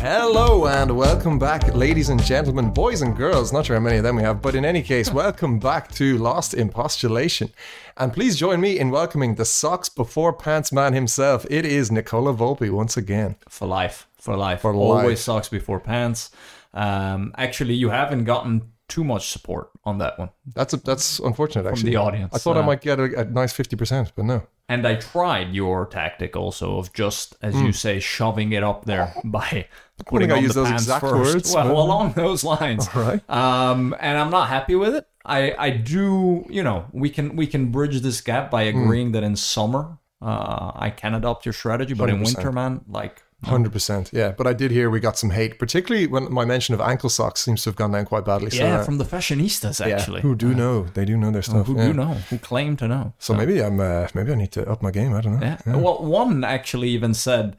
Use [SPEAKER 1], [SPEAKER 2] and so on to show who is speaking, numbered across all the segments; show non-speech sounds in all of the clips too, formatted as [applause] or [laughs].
[SPEAKER 1] Hello and welcome back, ladies and gentlemen, boys and girls. Not sure how many of them we have, but in any case, welcome back to Lost in Postulation. And please join me in welcoming the socks before pants man himself. It is Nicola Volpe once again.
[SPEAKER 2] for life for life
[SPEAKER 1] For
[SPEAKER 2] always
[SPEAKER 1] life.
[SPEAKER 2] socks before pants um actually you haven't gotten too much support on that one
[SPEAKER 1] That's a, that's unfortunate,
[SPEAKER 2] from
[SPEAKER 1] actually.
[SPEAKER 2] the audience
[SPEAKER 1] I thought I
[SPEAKER 2] Uh,
[SPEAKER 1] might get a, a nice fifty percent, but no.
[SPEAKER 2] and i tried your tactic also of just as you say shoving it up there [laughs] by putting
[SPEAKER 1] Hmm. I
[SPEAKER 2] on
[SPEAKER 1] used
[SPEAKER 2] the
[SPEAKER 1] those
[SPEAKER 2] pants
[SPEAKER 1] exact
[SPEAKER 2] first
[SPEAKER 1] words,
[SPEAKER 2] well
[SPEAKER 1] but-
[SPEAKER 2] along those lines
[SPEAKER 1] All right.
[SPEAKER 2] um and i'm not happy with it i i do you know we can we can bridge this gap by
[SPEAKER 1] Hmm.
[SPEAKER 2] agreeing that in summer uh i can adopt your strategy but in
[SPEAKER 1] 100%.
[SPEAKER 2] winter man like
[SPEAKER 1] Hundred percent, yeah. But I did hear we got some hate, particularly when my mention of ankle socks seems to have gone down quite badly. so,
[SPEAKER 2] yeah
[SPEAKER 1] uh,
[SPEAKER 2] from the fashionistas actually Oh,
[SPEAKER 1] who do know? They do know their stuff.
[SPEAKER 2] who
[SPEAKER 1] yeah.
[SPEAKER 2] do know who claim to know
[SPEAKER 1] So maybe I'm uh, maybe I need to up my game. I don't know.
[SPEAKER 2] Yeah. Well, one actually even said,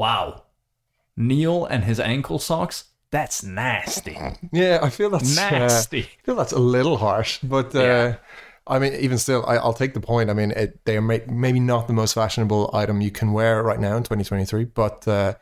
[SPEAKER 2] "Wow, Neil and his ankle socks. That's nasty.
[SPEAKER 1] Yeah, I feel that's uh,
[SPEAKER 2] Nasty."
[SPEAKER 1] I feel that's a little harsh, but uh,
[SPEAKER 2] Yeah.
[SPEAKER 1] I mean, even still, I, I'll take the point. I mean, it, they are may, maybe not the most fashionable item you can wear right now in 2023, but uh,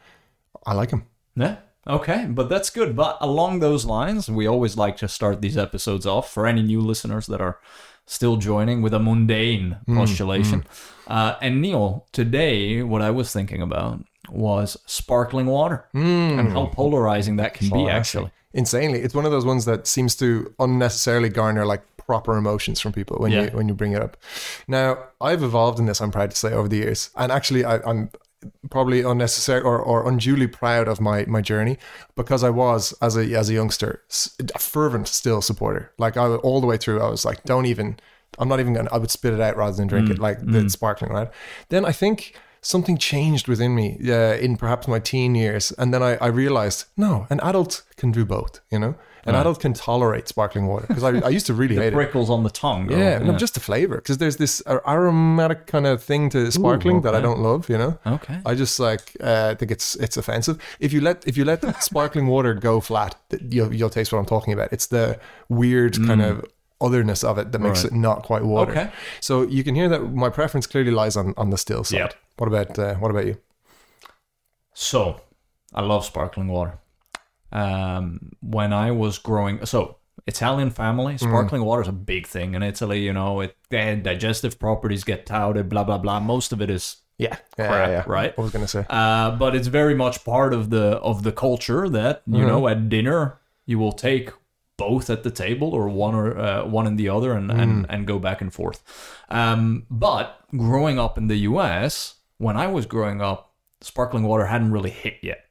[SPEAKER 1] I like them.
[SPEAKER 2] yeah. Okay, but that's good. But along those lines, we always like to start these episodes off for any new listeners that are still joining with a mundane
[SPEAKER 1] Mm,
[SPEAKER 2] postulation. Uh, and Neil, today, what I was thinking about was sparkling water
[SPEAKER 1] Mm.
[SPEAKER 2] and how polarizing that can be. Actually,
[SPEAKER 1] Insanely, it's one of those ones that seems to unnecessarily garner like proper emotions from people when you
[SPEAKER 2] Yeah.
[SPEAKER 1] when you bring it up. Now, I've evolved in this. I'm proud to say over the years, and actually, I, I'm probably unnecessary or, or unduly proud of my my journey because I was as a as a youngster s- a fervent still supporter. Like I wa- all the way through, I was like, don't even. I'm not even gonna. I would spit it out rather than drink it, like the sparkling, right? Then I think something changed within me uh, in perhaps my teen years, and then I, I realized no, an adult can do both. You know, an adult can tolerate sparkling water because I, I used to really hate it.
[SPEAKER 2] prickles on the tongue. girl.
[SPEAKER 1] Yeah, no, just the flavor because there's this ar- aromatic kind of thing to sparkling that I
[SPEAKER 2] okay.
[SPEAKER 1] don't love. You know,
[SPEAKER 2] Okay.
[SPEAKER 1] I just like uh, think it's it's offensive. If you let if you let
[SPEAKER 2] [laughs]
[SPEAKER 1] sparkling water go flat, th- you'll you'll taste what I'm talking about. It's the weird kind of otherness of it that makes
[SPEAKER 2] Hmm. Right.
[SPEAKER 1] it not quite water.
[SPEAKER 2] Okay.
[SPEAKER 1] So you can hear that my preference clearly lies on on the still side.
[SPEAKER 2] Yep.
[SPEAKER 1] What about uh, what about you?
[SPEAKER 2] So, I love sparkling water. Um, when I was growing, so Italian family, sparkling water is a big thing in Italy. You know, it the digestive properties get touted, blah blah blah. Most of it is,
[SPEAKER 1] Yeah, yeah,
[SPEAKER 2] Crap,
[SPEAKER 1] yeah.
[SPEAKER 2] right?
[SPEAKER 1] I was gonna say.
[SPEAKER 2] uh, but it's very much part of the of the culture that
[SPEAKER 1] Mm-hmm.
[SPEAKER 2] you know at dinner you will take both at the table or one or uh, one and the other and,
[SPEAKER 1] Mm.
[SPEAKER 2] and and go back and forth. Um, but growing up in the U.S., when I was growing up, sparkling water hadn't really hit yet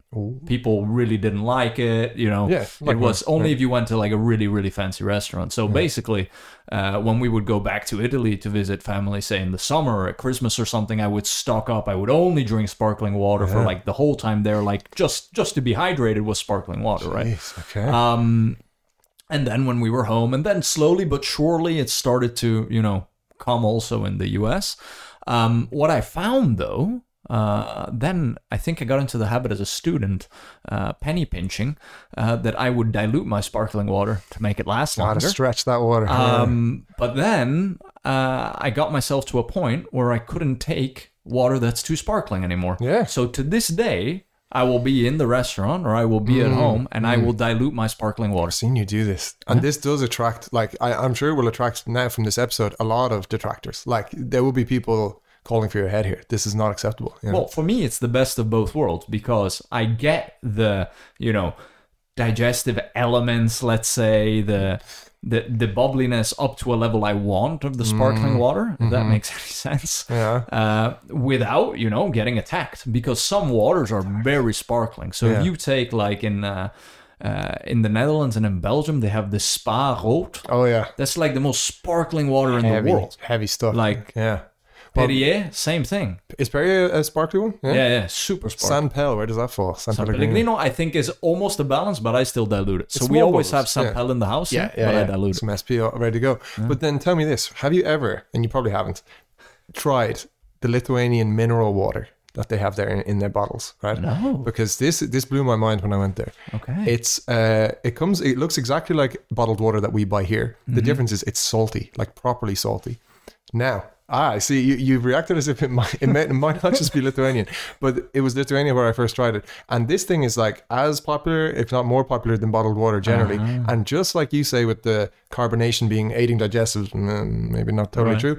[SPEAKER 2] people really didn't like it. You know,
[SPEAKER 1] Yeah, like
[SPEAKER 2] it was only if you went to like a really really fancy restaurant. So basically, uh, when we would go back to Italy to visit family, say in the summer or at Christmas or something, I would stock up. I would only drink sparkling water for like the whole time there, like just just to be hydrated was sparkling water, right?
[SPEAKER 1] Yes, okay.
[SPEAKER 2] uh, And then when we were home, and then slowly but surely it started to, you know, come also in the US. Um, what I found though, uh, then I think I got into the habit as a student, uh, penny pinching, uh, that I would dilute my sparkling water to make it last
[SPEAKER 1] Gotta
[SPEAKER 2] longer.
[SPEAKER 1] stretch that water.
[SPEAKER 2] Um, but then uh, I got myself to a point where I couldn't take water that's too sparkling anymore.
[SPEAKER 1] Yeah.
[SPEAKER 2] So to this day, I will be in the restaurant or I will be
[SPEAKER 1] Mm.
[SPEAKER 2] at home and I will dilute my sparkling water.
[SPEAKER 1] seen you do this and this does attract like I, i'm sure will attract now from this episode a lot of detractors like there will be people calling for your head here this is not acceptable you know?
[SPEAKER 2] Well, for me, it's the best of both worlds because I get the you know digestive elements, let's say the the the bubbliness up to a level I want of the sparkling water, if that makes [laughs] any sense.
[SPEAKER 1] Mm-hmm. Yeah.
[SPEAKER 2] Uh, without you know getting attacked because some waters are very sparkling. So
[SPEAKER 1] Yeah.
[SPEAKER 2] if you take like in uh, uh, in the Netherlands and in Belgium, they have the Spa Rood.
[SPEAKER 1] oh yeah
[SPEAKER 2] That's like the most sparkling water in
[SPEAKER 1] heavy
[SPEAKER 2] the world.
[SPEAKER 1] heavy stuff
[SPEAKER 2] Like-
[SPEAKER 1] yeah
[SPEAKER 2] Perrier, same thing.
[SPEAKER 1] is perry a, a uh, sparkly one yeah,
[SPEAKER 2] Yeah, yeah, super sparkling.
[SPEAKER 1] san pel where does that fall san, pellegrino,
[SPEAKER 2] Pellegrino, I think, is almost a balance, but I still dilute it. So
[SPEAKER 1] It's
[SPEAKER 2] we
[SPEAKER 1] small
[SPEAKER 2] always
[SPEAKER 1] bottles,
[SPEAKER 2] have
[SPEAKER 1] yeah.
[SPEAKER 2] San Pel in the house,
[SPEAKER 1] yeah, yeah,
[SPEAKER 2] but I
[SPEAKER 1] yeah.
[SPEAKER 2] dilute it.
[SPEAKER 1] some sp ready to go but then tell me this have you ever and you probably haven't tried the lithuanian mineral water that they have there in, in their bottles right
[SPEAKER 2] No.
[SPEAKER 1] because this this blew my mind when i went there
[SPEAKER 2] Okay.
[SPEAKER 1] It's uh, it comes. It looks exactly
[SPEAKER 2] Mm-hmm.
[SPEAKER 1] like bottled water that we buy here. The difference is it's salty, like properly salty. Now Ah, I see, you, you've reacted as if it might, it, may, it might not just be Lithuanian, [laughs] but it was Lithuania where I first tried it. And this thing is like as popular, if not more popular, than bottled water generally.
[SPEAKER 2] Ah.
[SPEAKER 1] And just like you say, with the carbonation being aiding digestive, mm, maybe not totally
[SPEAKER 2] Right.
[SPEAKER 1] true.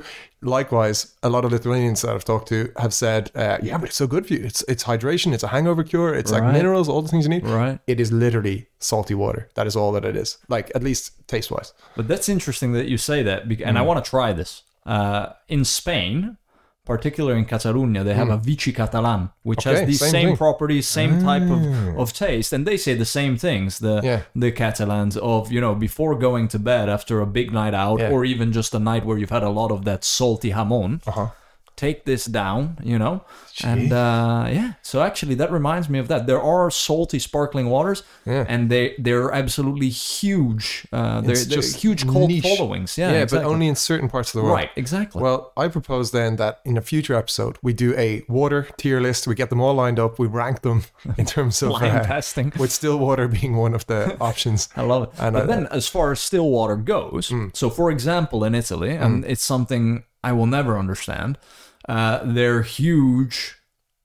[SPEAKER 1] Likewise, a lot of Lithuanians that I've talked to have said, uh, yeah, but it's so good for you. It's, it's hydration, it's a hangover cure, it's
[SPEAKER 2] Right.
[SPEAKER 1] like minerals, all the things you need.
[SPEAKER 2] Right.
[SPEAKER 1] It is literally salty water. That is all that it is, like at least taste wise.
[SPEAKER 2] But that's interesting that you say that, bec- and I want to try this. Uh, in Spain, particularly in Catalunya, they have a Vichy Catalan, which has
[SPEAKER 1] Mm. Okay,
[SPEAKER 2] the
[SPEAKER 1] same
[SPEAKER 2] same,
[SPEAKER 1] thing. Mm.
[SPEAKER 2] properties, same type of, of taste, and they say the same things. The
[SPEAKER 1] Yeah.
[SPEAKER 2] the Catalans of you know before going to bed after a big night out,
[SPEAKER 1] Yeah.
[SPEAKER 2] or even just a night where you've had a lot of that salty jamon.
[SPEAKER 1] Uh huh.
[SPEAKER 2] Take this down, you know, and uh, yeah. So actually, that reminds me of that. There are salty sparkling waters,
[SPEAKER 1] Yeah.
[SPEAKER 2] and they they're absolutely huge. Uh, they're,
[SPEAKER 1] It's
[SPEAKER 2] they're
[SPEAKER 1] just
[SPEAKER 2] huge cult
[SPEAKER 1] niche.
[SPEAKER 2] followings. Yeah,
[SPEAKER 1] Yeah,
[SPEAKER 2] exactly.
[SPEAKER 1] but only in certain parts of the world.
[SPEAKER 2] Right, exactly.
[SPEAKER 1] Well, I propose then that in a future episode we do a water tier list. We get them all lined up. We rank them [laughs] in terms of [laughs]
[SPEAKER 2] Blind
[SPEAKER 1] uh,
[SPEAKER 2] testing.
[SPEAKER 1] with still water [laughs] being one of
[SPEAKER 2] [laughs]
[SPEAKER 1] the options.
[SPEAKER 2] I love it.
[SPEAKER 1] And
[SPEAKER 2] but
[SPEAKER 1] I- Hmm.
[SPEAKER 2] then, as far as still water goes, so for example, in Italy, and it's something I will never understand, uh, they're huge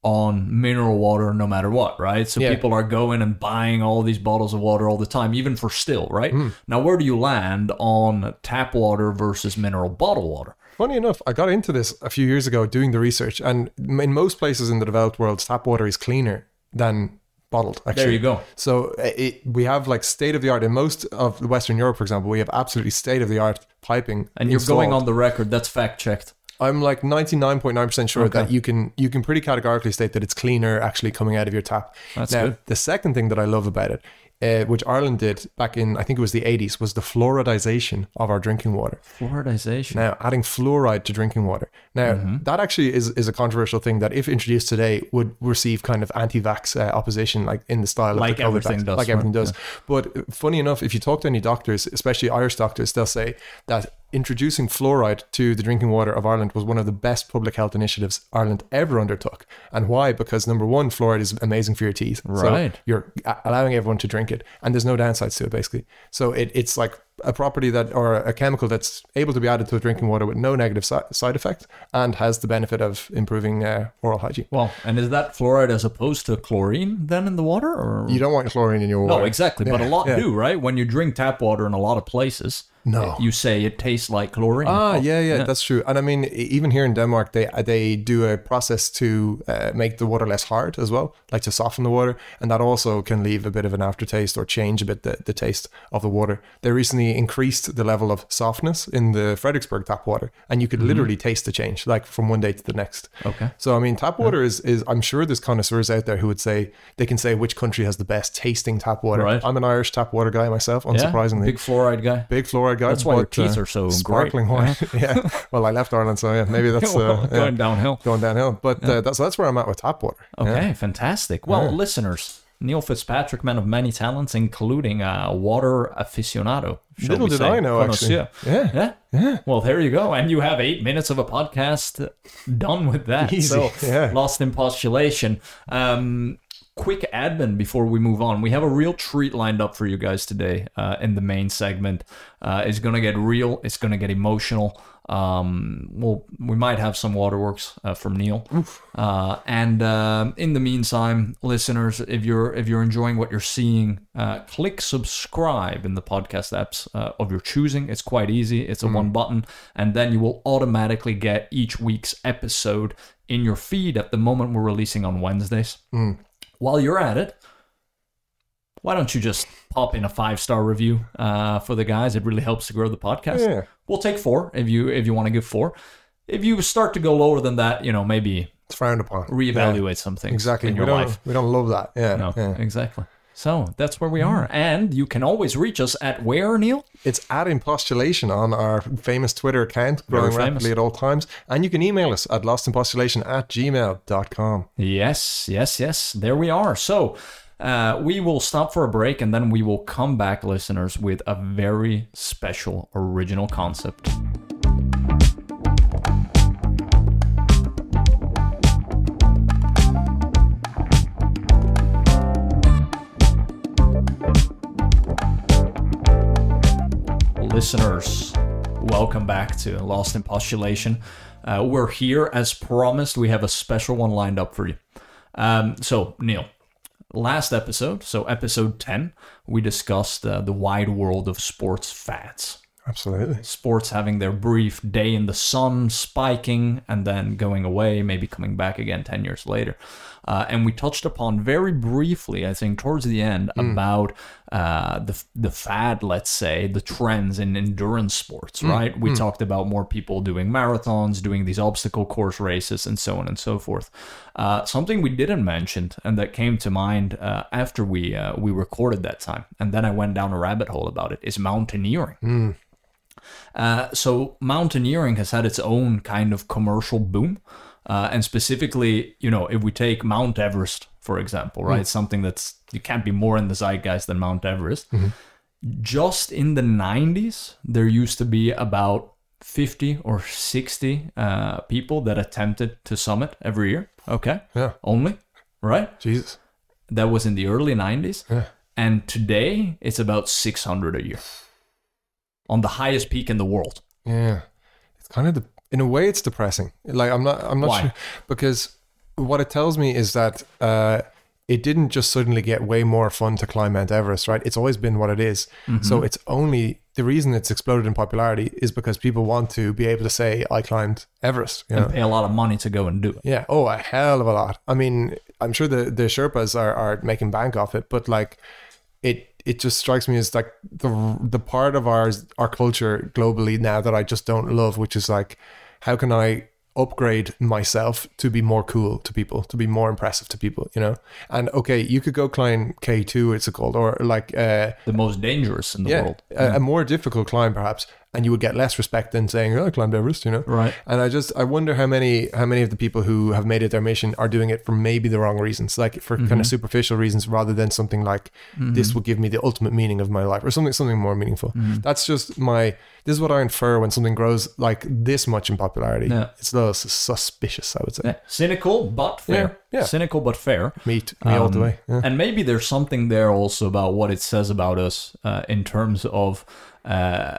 [SPEAKER 2] on mineral water no matter what, right? So
[SPEAKER 1] Yeah.
[SPEAKER 2] people are going and buying all these bottles of water all the time, even for still, right?
[SPEAKER 1] Hmm.
[SPEAKER 2] Now, where do you land on tap water versus mineral bottle water?
[SPEAKER 1] Funny enough, I got into this a few years ago doing the research, and in most places in the developed world, tap water is cleaner than bottled. Actually,
[SPEAKER 2] There you go.
[SPEAKER 1] So uh, it, we have like state of the art in most of Western Europe, for example. We have absolutely state of the art piping,
[SPEAKER 2] And you're
[SPEAKER 1] installed.
[SPEAKER 2] going on the record. That's fact checked.
[SPEAKER 1] I'm like 99.9% sure that you can you can pretty categorically state that it's cleaner actually coming out of your tap.
[SPEAKER 2] That's
[SPEAKER 1] now,
[SPEAKER 2] good.
[SPEAKER 1] The second thing that I love about it, uh, which Ireland did back in I think it was the 80s, was the fluoridization of our drinking water.
[SPEAKER 2] Fluoridization.
[SPEAKER 1] Now, adding fluoride to drinking water. Now,
[SPEAKER 2] Mm-hmm.
[SPEAKER 1] that actually is, is a controversial thing that, if introduced today, would receive kind of anti vax uh, opposition, like in the style
[SPEAKER 2] Like
[SPEAKER 1] of the COVID
[SPEAKER 2] everything
[SPEAKER 1] vaccine,
[SPEAKER 2] does,
[SPEAKER 1] Like
[SPEAKER 2] right?
[SPEAKER 1] everything does. But uh, funny enough, if you talk to any doctors, especially Irish doctors, they'll say that introducing fluoride to the drinking water of Ireland was one of the best public health initiatives Ireland ever undertook. And why? Because number one, fluoride is amazing for your teeth.
[SPEAKER 2] Right.
[SPEAKER 1] So you're a- allowing everyone to drink it, and there's no downsides to it, basically. So it, it's like a property that, or a chemical that's able to be added to drinking water with no negative si- side effect and has the benefit of improving uh, oral hygiene.
[SPEAKER 2] Well, and is that fluoride as opposed to chlorine then in the water? Or?
[SPEAKER 1] You don't want chlorine in your water.
[SPEAKER 2] No, Oh, exactly. But a lot do, right? When you drink tap water in a lot of places,
[SPEAKER 1] No.
[SPEAKER 2] you say it tastes like chlorine.
[SPEAKER 1] Ah, yeah, yeah, that's true. And I mean, e- even here in Denmark, they uh, they do a process to uh, make the water less hard as well, like to soften the water, and that also can leave a bit of an aftertaste or change a bit the, the taste of the water. They recently increased the level of softness in the Fredericksburg tap water, and you could literally taste the change, like from one day to the next.
[SPEAKER 2] Mm-hmm. Okay.
[SPEAKER 1] So I mean, tap water is is I'm sure there's connoisseurs out there who would say they can say which country has the best tasting tap water.
[SPEAKER 2] Right.
[SPEAKER 1] I'm an Irish tap water guy myself,
[SPEAKER 2] Yeah?
[SPEAKER 1] unsurprisingly
[SPEAKER 2] Big fluoride
[SPEAKER 1] [laughs]
[SPEAKER 2] guy.
[SPEAKER 1] big fluoride guy.
[SPEAKER 2] That's why your
[SPEAKER 1] but, uh,
[SPEAKER 2] teeth are so great.
[SPEAKER 1] sparkling white. [laughs] Yeah. Well, I left Ireland, so yeah,
[SPEAKER 2] [laughs]
[SPEAKER 1] maybe that's uh, yeah,
[SPEAKER 2] Going downhill.
[SPEAKER 1] going downhill. But uh, that's that's where I'm at with tap water. Yeah.
[SPEAKER 2] Okay, fantastic. Well, listeners, Neil Fitzpatrick, man of many talents, including a water aficionado. shall
[SPEAKER 1] Little did
[SPEAKER 2] we say.
[SPEAKER 1] I know, actually.
[SPEAKER 2] Connoisseur.
[SPEAKER 1] Yeah.
[SPEAKER 2] Yeah. Well, there you go. And you have eight minutes of a podcast done with that.
[SPEAKER 1] Easy,
[SPEAKER 2] So,
[SPEAKER 1] yeah.
[SPEAKER 2] lost in postulation. Um, quick admin before we move on. We have a real treat lined up for you guys today uh, in the main segment. Uh, it's going to get real, it's going to get emotional. Um, well, we might have some waterworks uh, from Neil. Uh, and um, in the meantime, listeners, if you're if you're enjoying what you're seeing, uh, click subscribe in the podcast apps uh, of your choosing. It's quite easy. It's a one button, and then you will automatically get each week's episode in your feed. At the moment, we're releasing on Wednesdays.
[SPEAKER 1] Hmm.
[SPEAKER 2] While you're at it, why don't you just pop in a five star review uh, for the guys? It really helps to grow the podcast.
[SPEAKER 1] Yeah.
[SPEAKER 2] We'll take four if you if you want to give four. If you start to go lower than that, you know maybe
[SPEAKER 1] It's frowned upon. Yeah.
[SPEAKER 2] reevaluate some things
[SPEAKER 1] Exactly.
[SPEAKER 2] in
[SPEAKER 1] We
[SPEAKER 2] your
[SPEAKER 1] don't
[SPEAKER 2] life.
[SPEAKER 1] we don't love that. Yeah.
[SPEAKER 2] No,
[SPEAKER 1] yeah. Hmm.
[SPEAKER 2] exactly. So that's where we are, and you can always reach us at where Neil.
[SPEAKER 1] It's at impostulation on our famous Twitter account, growing
[SPEAKER 2] famous.
[SPEAKER 1] rapidly at all times. And you can email us at lostimpostulation at gmail.com.
[SPEAKER 2] Yes, yes, yes. There we are. So uh, we will stop for a break, and then we will come back, listeners, with a very special original concept. Listeners, welcome back to Lost in Postulation. uh, we're here as promised. We have a special one lined up for you. Um, so, Neil, last episode, so episode 10, we discussed uh, the wide world of sports fads.
[SPEAKER 1] Absolutely.
[SPEAKER 2] Sports having their brief day in the sun, spiking, and then going away, maybe coming back again 10 years later. Uh, and we touched upon very briefly, I think, towards the end, about uh, the, the fad, let's say, the trends in endurance sports, right? We talked about more people doing marathons, doing these obstacle course races, and so on and so forth. Uh, something we didn't mention and that came to mind uh, after we, uh, we recorded that time, and then I went down a rabbit hole about it, is mountaineering. Uh, so mountaineering has had its own kind of commercial boom. Uh, and specifically, you know, if we take Mount Everest, for example, right? Something that's, you can't be more in the zeitgeist than Mount Everest. Just in the 90s, there used to be about 50 or 60 uh, people that attempted to summit every year. Okay.
[SPEAKER 1] Yeah.
[SPEAKER 2] Only, right?
[SPEAKER 1] Jesus.
[SPEAKER 2] That was in the early 90s.
[SPEAKER 1] Yeah.
[SPEAKER 2] And today, it's about 600 a year on the highest peak in the world.
[SPEAKER 1] Yeah, it's kind of de- in a way it's depressing. Like I'm not I'm not
[SPEAKER 2] Why?
[SPEAKER 1] sure because what it tells me is that uh, it didn't just suddenly get way more fun to climb Mount Everest, right? It's always been what it is. So it's only the reason it's exploded in popularity is because people want to be able to say I climbed Everest. You know?
[SPEAKER 2] pay a lot of money to go and do it.
[SPEAKER 1] Yeah. Oh, a hell of a lot. I mean, I'm sure the the Sherpas are, are making bank off it, but like, it it just strikes me as like the the part of our our culture globally now that I just don't love, which is like, how can I upgrade myself to be more cool to people, to be more impressive to people, you know? And okay, you could go climb K two, it's called, or like uh,
[SPEAKER 2] The most dangerous in the
[SPEAKER 1] yeah,
[SPEAKER 2] world.
[SPEAKER 1] a, a more difficult climb perhaps, and you would get less respect than saying, "Oh, I climbed Everest," you know?
[SPEAKER 2] Right.
[SPEAKER 1] And I just I wonder how many how many of the people who have made it their mission are doing it for maybe the wrong reasons, like for
[SPEAKER 2] Mm-hmm.
[SPEAKER 1] kind of superficial reasons, rather than something like this will give me the ultimate meaning of my life or something something more meaningful.
[SPEAKER 2] Mm-hmm.
[SPEAKER 1] That's just my this is what I infer when something grows like this much in popularity.
[SPEAKER 2] Yeah.
[SPEAKER 1] It's a little sus- suspicious, I would say.
[SPEAKER 2] Yeah. Cynical but fair.
[SPEAKER 1] Yeah, yeah.
[SPEAKER 2] Cynical but fair.
[SPEAKER 1] Meat me all the
[SPEAKER 2] Um,
[SPEAKER 1] way. Yeah.
[SPEAKER 2] And maybe there's something there also about what it says about us uh, in terms of uh,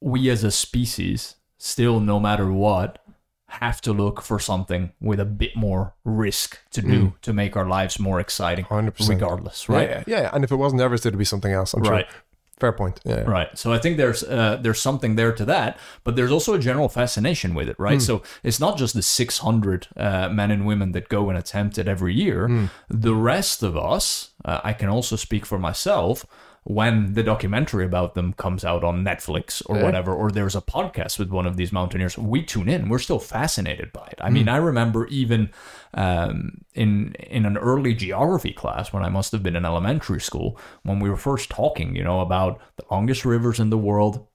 [SPEAKER 2] we as a species, still, no matter what, have to look for something with a bit more risk to do to make our lives more exciting,
[SPEAKER 1] 100%.
[SPEAKER 2] regardless, right?
[SPEAKER 1] Hmm. Yeah, yeah, yeah. And if it wasn't Everest, it'd be something else. I'm
[SPEAKER 2] Right.
[SPEAKER 1] sure. Fair point. Yeah.
[SPEAKER 2] Right. So I think there's uh, there's something there to that, but there's also a general fascination with it, right? So it's not just the 600 uh, men and women that go and attempt it every year. The rest of us, uh, I can also speak for myself. When the documentary about them comes out on Netflix or whatever, or there's a podcast with one of these mountaineers, we tune in. We're still fascinated by it. I
[SPEAKER 1] Hmm.
[SPEAKER 2] mean, I remember even um, in in an early geography class when I must have been in elementary school when we were first talking, you know, about the longest rivers in the world.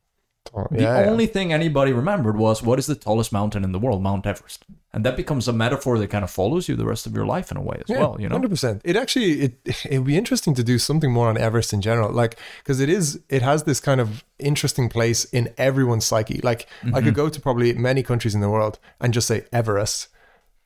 [SPEAKER 1] Oh,
[SPEAKER 2] The
[SPEAKER 1] yeah, yeah.
[SPEAKER 2] only thing anybody remembered was what is the tallest mountain in the world, Mount Everest, and that becomes a metaphor that kind of follows you the rest of your life in a way as well, you know.
[SPEAKER 1] hundred percent. It actually it it'd be interesting to do something more on Everest in general, like because it is it has this kind of interesting place in everyone's psyche. Like I
[SPEAKER 2] Mm-hmm.
[SPEAKER 1] could go to probably many countries in the world and just say Everest,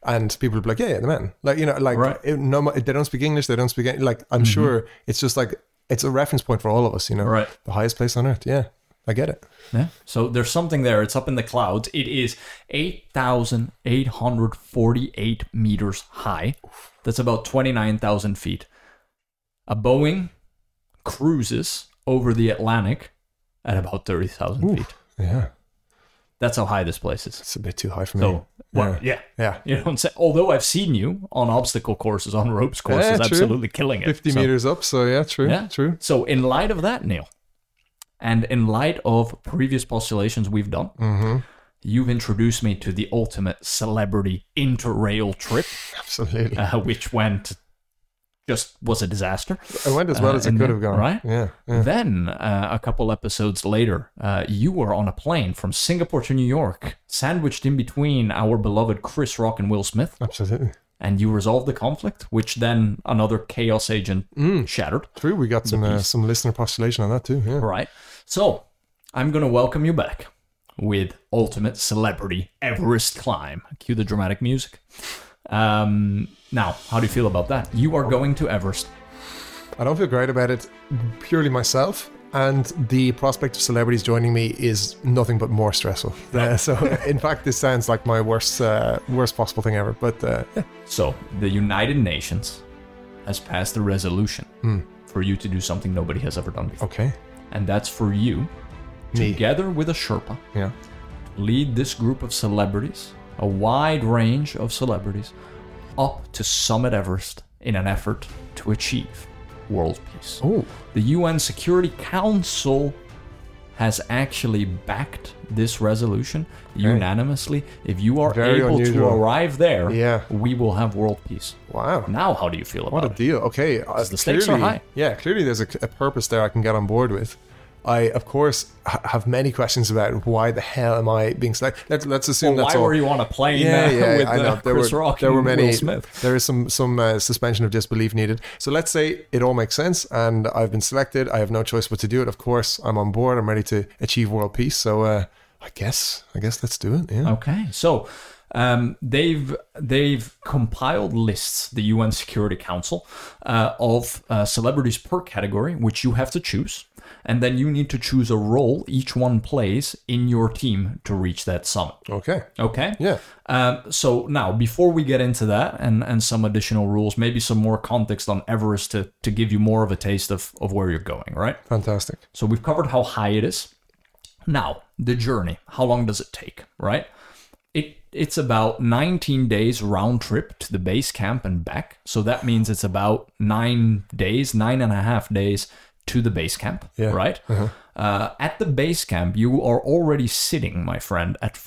[SPEAKER 1] and people would be like, yeah, yeah, the man. Like you know, like
[SPEAKER 2] Right. Mm-hmm.
[SPEAKER 1] it, no, ma- they don't speak English, they don't speak any- like I'm sure it's just like it's a reference point for all of us. You know,
[SPEAKER 2] Right.
[SPEAKER 1] The highest place on earth. Yeah, I get it.
[SPEAKER 2] Yeah. So there's something there. It's up in the clouds. It is 8,848 meters high. That's about 29,000 feet. A Boeing cruises over the Atlantic at about 30,000 feet.
[SPEAKER 1] Yeah,
[SPEAKER 2] That's how high this place is.
[SPEAKER 1] it's a bit too high for me.
[SPEAKER 2] So, well, yeah.
[SPEAKER 1] yeah,
[SPEAKER 2] You know what I'm saying? Although I've seen you on obstacle courses, on ropes courses,
[SPEAKER 1] true.
[SPEAKER 2] absolutely killing it.
[SPEAKER 1] fifty
[SPEAKER 2] So-
[SPEAKER 1] meters up. So yeah, true,
[SPEAKER 2] yeah.
[SPEAKER 1] true. [laughs]
[SPEAKER 2] So, in light of that, Neil, and in light of previous postulations we've done,
[SPEAKER 1] Mm-hmm.
[SPEAKER 2] you've introduced me to the ultimate celebrity interrail trip, [laughs]
[SPEAKER 1] Absolutely.
[SPEAKER 2] uh, which went just was a disaster.
[SPEAKER 1] I went as well
[SPEAKER 2] uh,
[SPEAKER 1] as I
[SPEAKER 2] in
[SPEAKER 1] could
[SPEAKER 2] the-
[SPEAKER 1] have gone.
[SPEAKER 2] right?
[SPEAKER 1] Yeah. yeah.
[SPEAKER 2] Then, uh, a couple episodes later, uh, you were on a plane from Singapore to New York, sandwiched in between our beloved Chris Rock and Will Smith,
[SPEAKER 1] Absolutely.
[SPEAKER 2] and you resolved the conflict, which then another chaos agent
[SPEAKER 1] Mm.
[SPEAKER 2] shattered.
[SPEAKER 1] True. We got some uh, some listener postulation on that too. Yeah.
[SPEAKER 2] Right. So I'm going to welcome you back with Ultimate Celebrity Everest Climb. Cue the dramatic music. Um, now, how do you feel about that? You are going to Everest.
[SPEAKER 1] I don't feel great about it purely myself. and the prospect of celebrities joining me is nothing but more stressful. [laughs] Uh, so, in fact, this sounds like my worst, uh, worst possible thing ever. But uh, yeah,
[SPEAKER 2] So, the United Nations has passed a resolution for you to do something nobody has ever done before.
[SPEAKER 1] okay,
[SPEAKER 2] And that's for you,
[SPEAKER 1] Me.
[SPEAKER 2] together with a Sherpa,
[SPEAKER 1] yeah,
[SPEAKER 2] lead this group of celebrities, a wide range of celebrities, up to Summit Everest in an effort to achieve world peace.
[SPEAKER 1] oh,
[SPEAKER 2] The UN Security Council has actually backed this resolution unanimously. If you are
[SPEAKER 1] Very
[SPEAKER 2] able
[SPEAKER 1] unusual.
[SPEAKER 2] to arrive there,
[SPEAKER 1] Yeah.
[SPEAKER 2] we will have world peace.
[SPEAKER 1] wow.
[SPEAKER 2] Now, how do you feel
[SPEAKER 1] What
[SPEAKER 2] about
[SPEAKER 1] a
[SPEAKER 2] it?
[SPEAKER 1] deal. Okay. uh,
[SPEAKER 2] the stakes are high.
[SPEAKER 1] Yeah, clearly there's a, a purpose there I can get on board with. I, of course, ha- have many questions about why the hell am I being selected. Let's, let's assume
[SPEAKER 2] Why
[SPEAKER 1] that's all.
[SPEAKER 2] were you on a plane
[SPEAKER 1] yeah,
[SPEAKER 2] uh,
[SPEAKER 1] yeah,
[SPEAKER 2] [laughs] with
[SPEAKER 1] I
[SPEAKER 2] uh,
[SPEAKER 1] know. There
[SPEAKER 2] Chris
[SPEAKER 1] were,
[SPEAKER 2] Rock
[SPEAKER 1] there
[SPEAKER 2] and
[SPEAKER 1] were many.
[SPEAKER 2] Will Smith?
[SPEAKER 1] There is some some uh, suspension of disbelief needed. So let's say it all makes sense, and I've been selected. I have no choice but to do it. Of course, I'm on board. I'm ready to achieve world peace. So uh, I guess I guess let's do it. Yeah.
[SPEAKER 2] Okay, so um, they've they've compiled lists, the UN Security Council, uh, of uh, celebrities per category, which you have to choose, and then you need to choose a role each one plays in your team to reach that summit.
[SPEAKER 1] Okay.
[SPEAKER 2] Okay.
[SPEAKER 1] Yeah.
[SPEAKER 2] Um, so now, before we get into that and, and some additional rules, maybe some more context on Everest to, to give you more of a taste of, of where you're going, right?
[SPEAKER 1] Fantastic.
[SPEAKER 2] So we've covered how high it is. Now, the journey. How long does it take, right? It it's about 19 days round trip to the base camp and back. So that means it's about nine days, nine and a half days to the base camp,
[SPEAKER 1] Yeah.
[SPEAKER 2] right? Uh, at the base camp, you are already sitting, my friend, at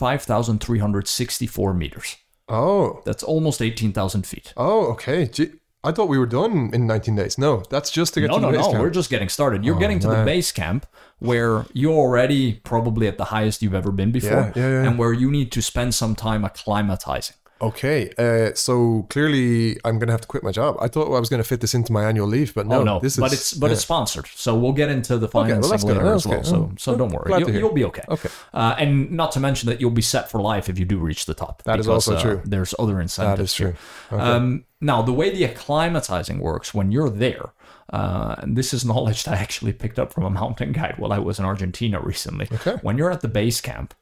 [SPEAKER 2] 5,364 meters.
[SPEAKER 1] Oh.
[SPEAKER 2] That's almost 18,000 feet.
[SPEAKER 1] Oh. Okay. Gee, I thought we were done in 19 days. No, that's just to get
[SPEAKER 2] No,
[SPEAKER 1] to the
[SPEAKER 2] no,
[SPEAKER 1] base
[SPEAKER 2] no.
[SPEAKER 1] camp. Oh,
[SPEAKER 2] We're just getting started. You're getting to the base camp where you're already probably at the highest you've ever been before,
[SPEAKER 1] Yeah, yeah, yeah.
[SPEAKER 2] and where you need to spend some time acclimatizing.
[SPEAKER 1] Okay, uh, so clearly I'm going to have to quit my job. I thought I was going to fit this into my annual leave, but no,
[SPEAKER 2] Oh, no,
[SPEAKER 1] this is.
[SPEAKER 2] but it's but it's sponsored, so we'll get into the
[SPEAKER 1] well,
[SPEAKER 2] financing
[SPEAKER 1] that's good.
[SPEAKER 2] later
[SPEAKER 1] That's
[SPEAKER 2] as well.
[SPEAKER 1] good. Mm.
[SPEAKER 2] So so don't
[SPEAKER 1] glad
[SPEAKER 2] worry,
[SPEAKER 1] to
[SPEAKER 2] you'll,
[SPEAKER 1] hear.
[SPEAKER 2] you'll be okay.
[SPEAKER 1] Okay.
[SPEAKER 2] uh, and not to mention that you'll be set for life if you do reach the top. That
[SPEAKER 1] is
[SPEAKER 2] is
[SPEAKER 1] also true.
[SPEAKER 2] There's other incentives.
[SPEAKER 1] that is true.
[SPEAKER 2] Um, now, the way the acclimatizing works when you're there, uh, and this is [laughs] knowledge that I actually picked up from a mountain guide while I was in Argentina recently. When you're at the base camp,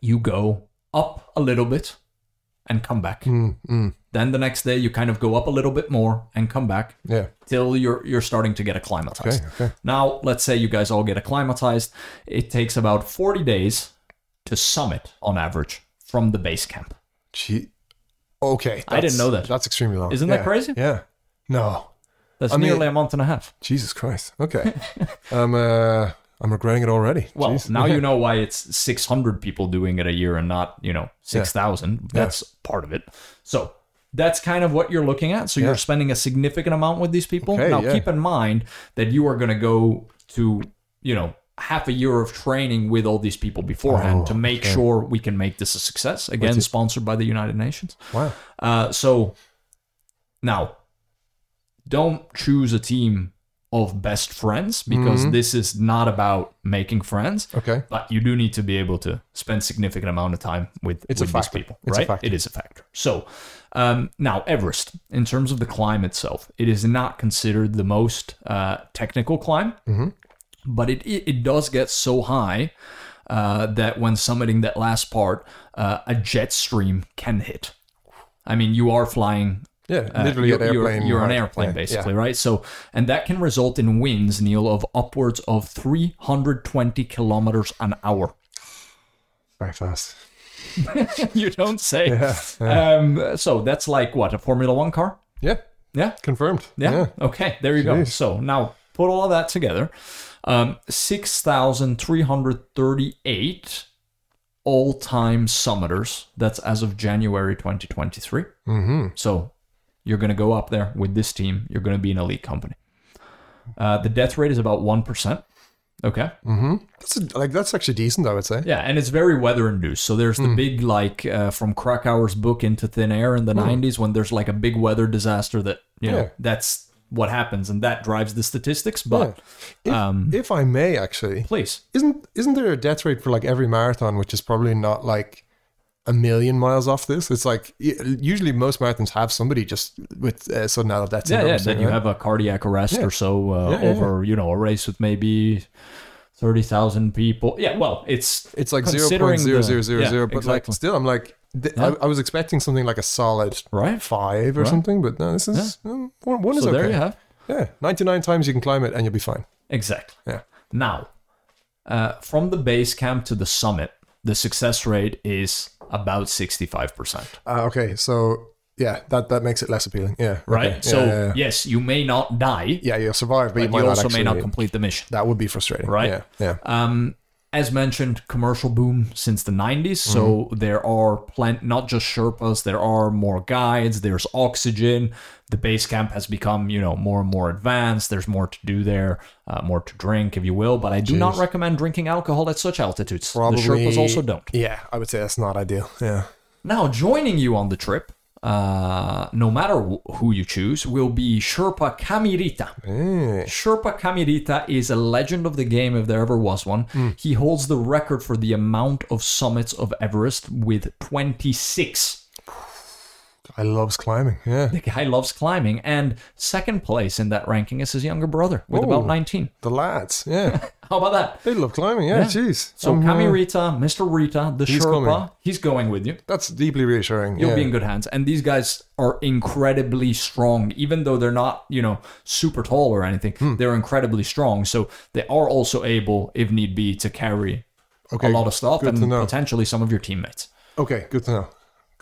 [SPEAKER 2] you go up a little bit and come back.
[SPEAKER 1] Mm,
[SPEAKER 2] Then the next day, you kind of go up a little bit more and come back
[SPEAKER 1] Yeah.
[SPEAKER 2] till you're you're starting to get acclimatized.
[SPEAKER 1] Okay, okay.
[SPEAKER 2] Now, let's say you guys all get acclimatized. It takes about 40 days to summit on average from the base camp.
[SPEAKER 1] Gee. Okay.
[SPEAKER 2] I didn't
[SPEAKER 1] that's-
[SPEAKER 2] know that.
[SPEAKER 1] That's extremely long.
[SPEAKER 2] Isn't
[SPEAKER 1] yeah.
[SPEAKER 2] that crazy?
[SPEAKER 1] Yeah. No.
[SPEAKER 2] That's
[SPEAKER 1] I mean-
[SPEAKER 2] nearly a month and a half.
[SPEAKER 1] Jesus Christ.
[SPEAKER 2] [laughs]
[SPEAKER 1] Okay. I'm, uh, I'm regretting it already.
[SPEAKER 2] Well,
[SPEAKER 1] Jeez.
[SPEAKER 2] now
[SPEAKER 1] [laughs]
[SPEAKER 2] you know why it's 600 people doing it a year and not, you know, 6,000. That's part of it. So that's kind of what you're looking at. So you're spending a significant amount with these people.
[SPEAKER 1] Okay,
[SPEAKER 2] now,
[SPEAKER 1] yeah.
[SPEAKER 2] keep in mind that you are going to go to, you know, half a year of training with all these people beforehand
[SPEAKER 1] Oh,
[SPEAKER 2] to make sure we can make this a success. Again, sponsored by the United Nations.
[SPEAKER 1] Wow.
[SPEAKER 2] Uh, so now, don't choose a team of best friends because
[SPEAKER 1] Mm-hmm.
[SPEAKER 2] this is not about making friends.
[SPEAKER 1] Okay.
[SPEAKER 2] But you do need to be able to spend significant amount of time with,
[SPEAKER 1] It's a
[SPEAKER 2] with these
[SPEAKER 1] factor.
[SPEAKER 2] people,
[SPEAKER 1] It's a
[SPEAKER 2] right?
[SPEAKER 1] factor.
[SPEAKER 2] It is a factor. So um, now Everest, in terms of the climb itself, it is not considered the most uh, technical climb,
[SPEAKER 1] Mm-hmm.
[SPEAKER 2] but it, it it does get so high uh, that when summiting that last part, uh, a jet stream can hit. I mean, you are flying
[SPEAKER 1] Yeah.
[SPEAKER 2] uh,
[SPEAKER 1] Literally
[SPEAKER 2] you're,
[SPEAKER 1] an
[SPEAKER 2] you're-
[SPEAKER 1] airplane.
[SPEAKER 2] You're, an
[SPEAKER 1] ride.
[SPEAKER 2] airplane,
[SPEAKER 1] Yeah,
[SPEAKER 2] basically, right? So, and that can result in winds, Neil, of upwards of 320 kilometers an hour.
[SPEAKER 1] Yeah.
[SPEAKER 2] [laughs]
[SPEAKER 1] Very fast.
[SPEAKER 2] you don't say. Um, so that's like what a Formula One car.
[SPEAKER 1] Yeah.
[SPEAKER 2] Yeah.
[SPEAKER 1] Confirmed.
[SPEAKER 2] Yeah. Okay. There you go. So now put all of that together. Um, 6,338 all time summiters. That's as of January 2023. Mm-hmm. So you're going to go up there with this team. You're going to be an elite company. Uh, the death rate is about 1%. Okay.
[SPEAKER 1] That's a, like that's actually decent, I would say.
[SPEAKER 2] Yeah, and it's very weather induced. So there's the
[SPEAKER 1] Hmm.
[SPEAKER 2] big like uh, from Krakauer's book Into Thin Air in the '90s when there's like a big weather disaster that you know
[SPEAKER 1] Hmm. Yeah.
[SPEAKER 2] that's what happens and that drives the statistics. But um,
[SPEAKER 1] If, if I may, actually,
[SPEAKER 2] please,
[SPEAKER 1] isn't isn't there a death rate for like every marathon, which is probably not like a million miles off this. It's like y- usually most marathons have somebody just with uh, sudden adult death
[SPEAKER 2] Yeah,
[SPEAKER 1] syndrome.
[SPEAKER 2] yeah.
[SPEAKER 1] or
[SPEAKER 2] Then
[SPEAKER 1] something,
[SPEAKER 2] you
[SPEAKER 1] right?
[SPEAKER 2] have a cardiac arrest
[SPEAKER 1] Yeah.
[SPEAKER 2] or so uh,
[SPEAKER 1] Yeah, yeah,
[SPEAKER 2] over, you know, a race with maybe thirty thousand people. Yeah, well, it's
[SPEAKER 1] it's like zero
[SPEAKER 2] considering
[SPEAKER 1] point
[SPEAKER 2] the-
[SPEAKER 1] zero zero zero
[SPEAKER 2] yeah,
[SPEAKER 1] zero. But
[SPEAKER 2] exactly.
[SPEAKER 1] like still, I'm like th-
[SPEAKER 2] Yeah.
[SPEAKER 1] I, I was expecting something like a solid
[SPEAKER 2] right.
[SPEAKER 1] five or
[SPEAKER 2] Right.
[SPEAKER 1] something, but no, this is mm, one, one is
[SPEAKER 2] So
[SPEAKER 1] okay.
[SPEAKER 2] there you have
[SPEAKER 1] Yeah, 99 times you can climb it and you'll be fine.
[SPEAKER 2] exactly.
[SPEAKER 1] Yeah.
[SPEAKER 2] Now, uh, from the base camp to the summit, the success rate is about sixty-five percent.
[SPEAKER 1] Uh, okay, so yeah, that, that makes it less appealing. Yeah,
[SPEAKER 2] Right.
[SPEAKER 1] okay. Yeah,
[SPEAKER 2] So
[SPEAKER 1] yeah, yeah.
[SPEAKER 2] yes, you may not die,
[SPEAKER 1] yeah, you'll survive, but, you
[SPEAKER 2] but
[SPEAKER 1] might
[SPEAKER 2] you also
[SPEAKER 1] not actually,
[SPEAKER 2] may not complete the mission.
[SPEAKER 1] That would be frustrating,
[SPEAKER 2] Right.
[SPEAKER 1] Yeah, yeah.
[SPEAKER 2] Um, as mentioned, commercial boom since the 90s. So
[SPEAKER 1] Mm-hmm.
[SPEAKER 2] there are plenty, not just Sherpas, there are more guides, there's oxygen. The base camp has become, you know, more and more advanced. There's more to do there, uh, more to drink, if you will. But I do not recommend drinking alcohol at such altitudes. The Sherpas also don't.
[SPEAKER 1] Yeah, I would say that's not ideal. Yeah,
[SPEAKER 2] Now, joining you on the trip, uh, no matter wh- who you choose, will be Sherpa Kamirita. Sherpa Kamirita is a legend of the game, if there ever was one.
[SPEAKER 1] Hmm.
[SPEAKER 2] He holds the record for the amount of summits of Everest with 26.
[SPEAKER 1] I loves climbing. Yeah,
[SPEAKER 2] The guy loves climbing, and second place in that ranking is his younger brother with about
[SPEAKER 1] Oh.
[SPEAKER 2] 19.
[SPEAKER 1] the lads. Yeah,
[SPEAKER 2] [laughs] How about that?
[SPEAKER 1] they love climbing. Yeah, jeez.
[SPEAKER 2] So,
[SPEAKER 1] Um,
[SPEAKER 2] Kamirita, Mr. Rita, the Sherpa,
[SPEAKER 1] coming.
[SPEAKER 2] he's going with you.
[SPEAKER 1] that's deeply reassuring.
[SPEAKER 2] You'll
[SPEAKER 1] yeah.
[SPEAKER 2] be in good hands. And these guys are incredibly strong, even though they're not, you know, super tall or anything.
[SPEAKER 1] Hmm.
[SPEAKER 2] They're incredibly strong. So they are also able, if need be, to carry
[SPEAKER 1] Okay,
[SPEAKER 2] a lot of stuff
[SPEAKER 1] good
[SPEAKER 2] and
[SPEAKER 1] to know.
[SPEAKER 2] potentially some of your teammates.
[SPEAKER 1] okay, good to know.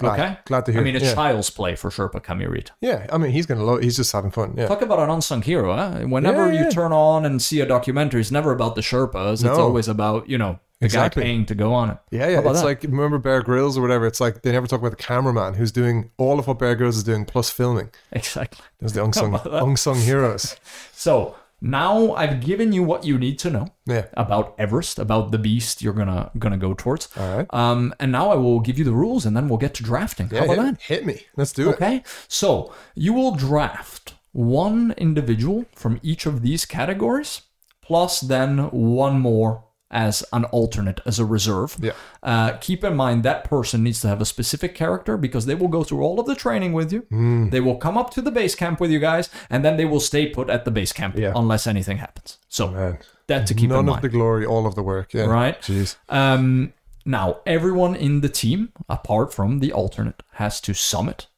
[SPEAKER 1] Glad,
[SPEAKER 2] Okay.
[SPEAKER 1] glad to hear.
[SPEAKER 2] I mean, it's
[SPEAKER 1] yeah.
[SPEAKER 2] child's play for Sherpa Kamirita.
[SPEAKER 1] yeah, I mean, he's gonna love. He's just having fun. Yeah,
[SPEAKER 2] Talk about an unsung hero. Huh? Whenever
[SPEAKER 1] Yeah,
[SPEAKER 2] you
[SPEAKER 1] yeah.
[SPEAKER 2] turn on and see a documentary, it's never about the Sherpas.
[SPEAKER 1] No.
[SPEAKER 2] It's always about, you know, the
[SPEAKER 1] Exactly.
[SPEAKER 2] guy paying to go on it.
[SPEAKER 1] Yeah, yeah.
[SPEAKER 2] about
[SPEAKER 1] It's
[SPEAKER 2] that?
[SPEAKER 1] like remember Bear Grylls or whatever. It's like they never talk about the cameraman who's doing all of what Bear Grylls is doing plus filming.
[SPEAKER 2] Exactly.
[SPEAKER 1] There's the unsung unsung heroes.
[SPEAKER 2] So now I've given you what you need to know.
[SPEAKER 1] Yeah.
[SPEAKER 2] about Everest, about the beast you're gonna gonna go towards.
[SPEAKER 1] All right.
[SPEAKER 2] Um, and now I will give you the rules, and then we'll get to drafting.
[SPEAKER 1] Yeah,
[SPEAKER 2] How about
[SPEAKER 1] hit,
[SPEAKER 2] that?
[SPEAKER 1] hit me. Let's do it.
[SPEAKER 2] Okay. So you will draft one individual from each of these categories, plus then one more as an alternate as a reserve.
[SPEAKER 1] Yeah.
[SPEAKER 2] Uh, keep in mind that person needs to have a specific character because they will go through all of the training with you.
[SPEAKER 1] Hmm.
[SPEAKER 2] They will come up to the base camp with you guys, and then they will stay put at the base camp
[SPEAKER 1] Yeah.
[SPEAKER 2] unless anything happens. So
[SPEAKER 1] Man,
[SPEAKER 2] that to keep in
[SPEAKER 1] none
[SPEAKER 2] mind.
[SPEAKER 1] of the glory, all of the work. Yeah.
[SPEAKER 2] Right.
[SPEAKER 1] Jeez.
[SPEAKER 2] Um, now, everyone in the team, apart from the alternate, has to summit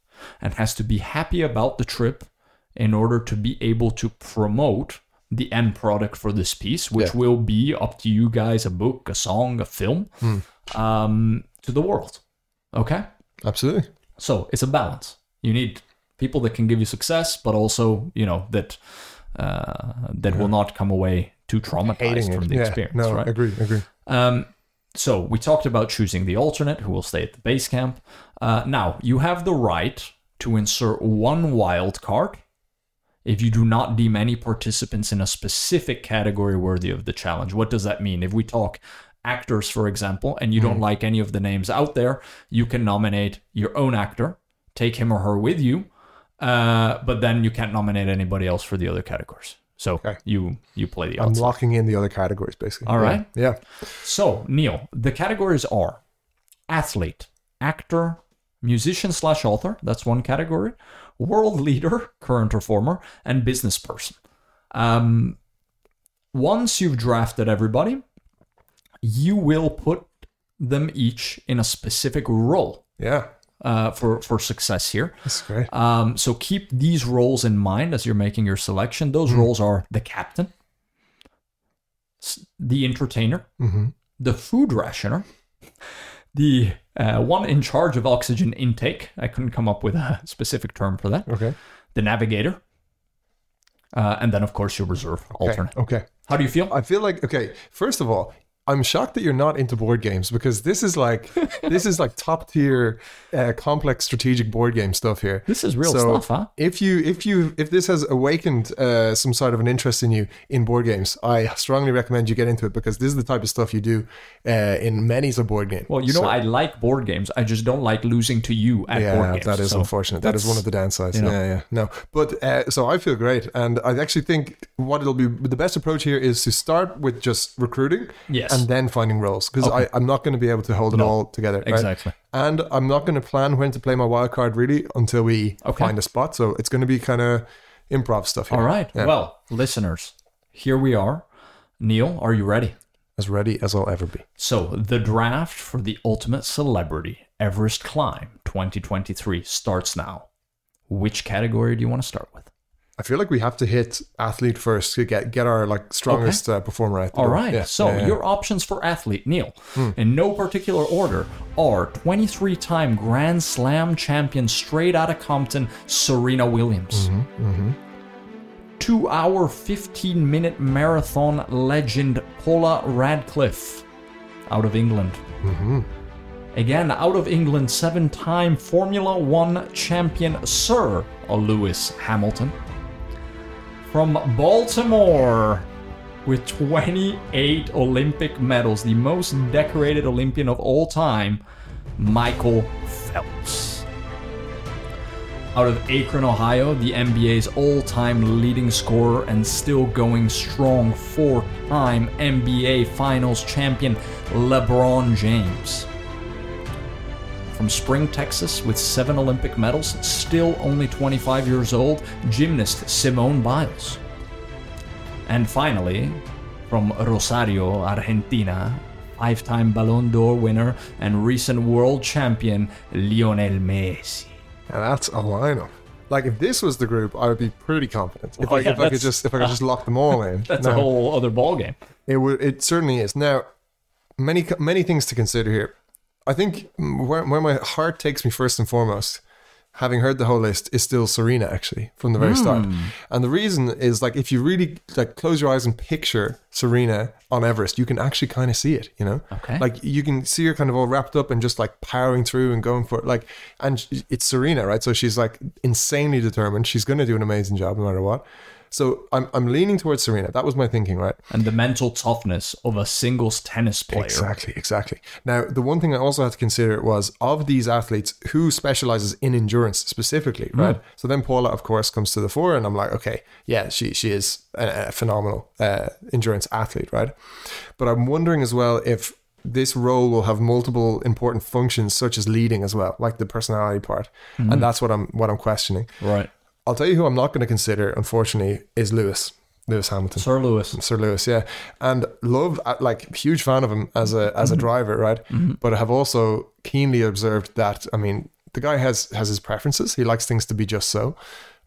[SPEAKER 2] and has to be happy about the trip in order to be able to promote the end product for this piece, which
[SPEAKER 1] Yeah.
[SPEAKER 2] will be up to you guys a book, a song, a film
[SPEAKER 1] Hmm.
[SPEAKER 2] um, to the world. Okay?
[SPEAKER 1] Absolutely.
[SPEAKER 2] So it's a balance. You need people that can give you success, but also, you know, that. Uh, that will not come away too traumatized
[SPEAKER 1] Hating
[SPEAKER 2] from
[SPEAKER 1] it.
[SPEAKER 2] the
[SPEAKER 1] yeah.
[SPEAKER 2] experience,
[SPEAKER 1] no,
[SPEAKER 2] right?
[SPEAKER 1] agree, agree.
[SPEAKER 2] Um, so we talked about choosing the alternate who will stay at the base camp. Uh, now you have the right to insert one wild card if you do not deem any participants in a specific category worthy of the challenge. What does that mean? If we talk actors, for example, and you don't like any of the names out there, you can nominate your own actor, take him or her with you, uh, but then you can't nominate anybody else for the other categories. So you you play the
[SPEAKER 1] I'm
[SPEAKER 2] odds.
[SPEAKER 1] locking in the other categories basically.
[SPEAKER 2] All
[SPEAKER 1] yeah.
[SPEAKER 2] right.
[SPEAKER 1] Yeah.
[SPEAKER 2] So, Neil, the categories are athlete, actor, musician slash author, that's one category, world leader, current or former, and business person. Um, once you've drafted everybody, you will put them each in a specific role
[SPEAKER 1] Yeah.
[SPEAKER 2] uh, for, for success here.
[SPEAKER 1] That's great.
[SPEAKER 2] Um, so keep these roles in mind as you're making your selection. Those
[SPEAKER 1] Mm-hmm.
[SPEAKER 2] roles are the captain, s- the entertainer,
[SPEAKER 1] Mm-hmm.
[SPEAKER 2] the food rationer, the uh, one in charge of oxygen intake. I couldn't come up with a specific term for that.
[SPEAKER 1] Okay.
[SPEAKER 2] The navigator, uh, and then of course your reserve alternate.
[SPEAKER 1] Okay. okay.
[SPEAKER 2] How do you feel?
[SPEAKER 1] I feel like okay. First of all, I'm shocked that you're not into board games because this is
[SPEAKER 2] [laughs]
[SPEAKER 1] like this is like top tier, uh, complex strategic board game stuff here.
[SPEAKER 2] This is real
[SPEAKER 1] So-
[SPEAKER 2] stuff, huh?
[SPEAKER 1] If you if you if this has awakened uh, some sort of an interest in you in board games, I strongly recommend you get into it because this is the type of stuff you do uh, in many a board game.
[SPEAKER 2] Well, you know,
[SPEAKER 1] So-
[SPEAKER 2] I like board games. I just don't like losing to you at
[SPEAKER 1] yeah,
[SPEAKER 2] board games.
[SPEAKER 1] that is
[SPEAKER 2] so
[SPEAKER 1] unfortunate. That is one of the downsides.
[SPEAKER 2] know.
[SPEAKER 1] Yeah, yeah. No, but uh, so I feel great, and I actually think what it'll be the best approach here is to start with just recruiting,
[SPEAKER 2] Yes.
[SPEAKER 1] and then finding roles because I'm not going to be able to hold it
[SPEAKER 2] No.
[SPEAKER 1] all together. right?
[SPEAKER 2] Exactly.
[SPEAKER 1] And I'm not going to plan when to play my wild card really until we
[SPEAKER 2] Okay.
[SPEAKER 1] find a spot. So it's going to be kind of improv stuff here.
[SPEAKER 2] All right.
[SPEAKER 1] Yeah.
[SPEAKER 2] Well, listeners, here we are. Neil, are you ready?
[SPEAKER 1] As ready as I'll ever be.
[SPEAKER 2] So, the draft for the ultimate celebrity Everest climb 2023 starts now. Which category do you want to start with?
[SPEAKER 1] I feel like we have to hit athlete first to get get our like strongest uh, performer out. the
[SPEAKER 2] All
[SPEAKER 1] door.
[SPEAKER 2] right.
[SPEAKER 1] Yeah,
[SPEAKER 2] so
[SPEAKER 1] yeah, Hmm. yeah.
[SPEAKER 2] your options for athlete Neil, in no particular order, are 23-time Grand Slam champion straight out of Compton, Serena Williams.
[SPEAKER 1] Mm-hmm,
[SPEAKER 2] Two-hour, 15-minute marathon legend Paula Radcliffe, out of England.
[SPEAKER 1] Mm-hmm.
[SPEAKER 2] Again, out of England, seven-time Formula One champion Sir Lewis Hamilton. From Baltimore, with 28 Olympic medals, the most decorated Olympian of all time, Michael Phelps. Out of Akron, Ohio, the NBA's all time leading scorer and still going strong four time NBA Finals champion, LeBron James. From Spring, Texas, with seven Olympic medals, still only 25 years old, gymnast Simone Biles. And finally, from Rosario, Argentina, five time Ballon d'Or winner and recent world champion Lionel Messi.
[SPEAKER 1] Now that's a lineup. Like if this was the group, I would be pretty confident. If, I,
[SPEAKER 2] Oh, yeah,
[SPEAKER 1] if I could
[SPEAKER 2] that's-
[SPEAKER 1] just if I could just lock them all in.
[SPEAKER 2] [laughs] That's
[SPEAKER 1] No.
[SPEAKER 2] a whole other ballgame.
[SPEAKER 1] It would. It certainly is. Now, many many things to consider here. I think where, where my heart takes me first and foremost, having heard the whole list, is still Serena actually from the very start. And the reason is like if you really like close your eyes and picture Serena on Everest, you can actually kind of see it. You know,
[SPEAKER 2] Okay.
[SPEAKER 1] Like you can see her kind of all wrapped up and just like powering through and going for it. Like, and sh- it's Serena, right? So she's like insanely determined. She's going to do an amazing job no matter what. So I'm I'm leaning towards Serena. That was my thinking, right?
[SPEAKER 2] And the mental toughness of a singles tennis player.
[SPEAKER 1] Exactly, exactly. Now, the one thing I also had to consider was of these athletes, who specializes in endurance specifically, right? So then Paula, of course, comes to the fore, and I'm like, okay, yeah, she she is a, a phenomenal uh, endurance athlete, right? But I'm wondering as well if this role will have multiple important functions, such as leading as well, like the personality part, and that's what I'm what I'm questioning.
[SPEAKER 2] Right.
[SPEAKER 1] I'll tell you who I'm not going to consider, unfortunately, is Lewis, Lewis Hamilton.
[SPEAKER 2] Sir Lewis.
[SPEAKER 1] Sir Lewis, yeah, and love uh, like huge fan of him as a as a
[SPEAKER 2] Mm-hmm.
[SPEAKER 1] driver, right? But I have also keenly observed that I mean the guy has has his preferences. He likes things to be just so,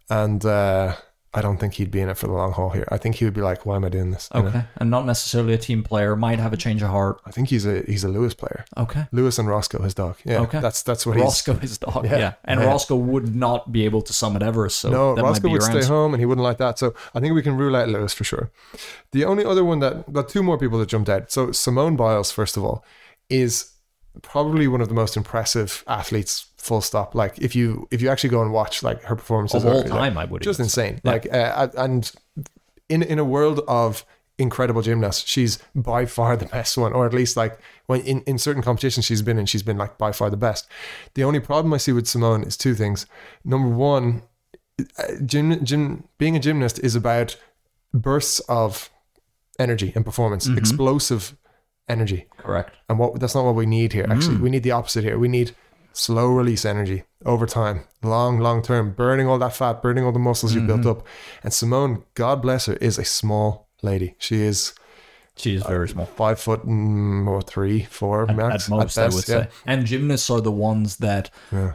[SPEAKER 1] and uh, I don't think he'd be in it for the long haul here. I think he would be like, why am I doing this? You know?
[SPEAKER 2] Okay. And not necessarily a team player, might have a change of heart.
[SPEAKER 1] I think he's a he's a Lewis player.
[SPEAKER 2] Okay.
[SPEAKER 1] Lewis and Roscoe, his dog. Yeah,
[SPEAKER 2] Okay.
[SPEAKER 1] that's that's what he's.
[SPEAKER 2] Roscoe is dog. Yeah. And
[SPEAKER 1] Yeah.
[SPEAKER 2] Roscoe would not be able to summit Everest, so
[SPEAKER 1] No,
[SPEAKER 2] that
[SPEAKER 1] Roscoe
[SPEAKER 2] might be
[SPEAKER 1] would
[SPEAKER 2] your
[SPEAKER 1] stay
[SPEAKER 2] answer.
[SPEAKER 1] home and he wouldn't like that. So I think we can rule out Lewis for sure. The only other one that, well, two more people that jumped out. So Simone Biles, first of all, is probably one of the most impressive athletes. Full stop. Like if you if you actually go and watch like her performances
[SPEAKER 2] Of all
[SPEAKER 1] are, like,
[SPEAKER 2] time, I would
[SPEAKER 1] just
[SPEAKER 2] even
[SPEAKER 1] insane. Like uh, and in in a world of incredible gymnasts, she's by far the [laughs] best one, or at least like when in, in certain competitions she's been in, she's been like by far the best. The only problem I see with Simone is two things. Number one, uh, gym, gym being a gymnast is about bursts of energy and performance, explosive energy.
[SPEAKER 2] Correct.
[SPEAKER 1] And what that's not what we need here. Actually,
[SPEAKER 2] Hmm.
[SPEAKER 1] we need the opposite here. We need slow release energy over time, long, long term, burning all that fat, burning all the muscles you
[SPEAKER 2] Mm-hmm.
[SPEAKER 1] built up. And Simone, God bless her, is a small lady. She is
[SPEAKER 2] She is very small.
[SPEAKER 1] five foot mm, or three, four max
[SPEAKER 2] at most, I would
[SPEAKER 1] yeah.
[SPEAKER 2] say. And gymnasts are the ones that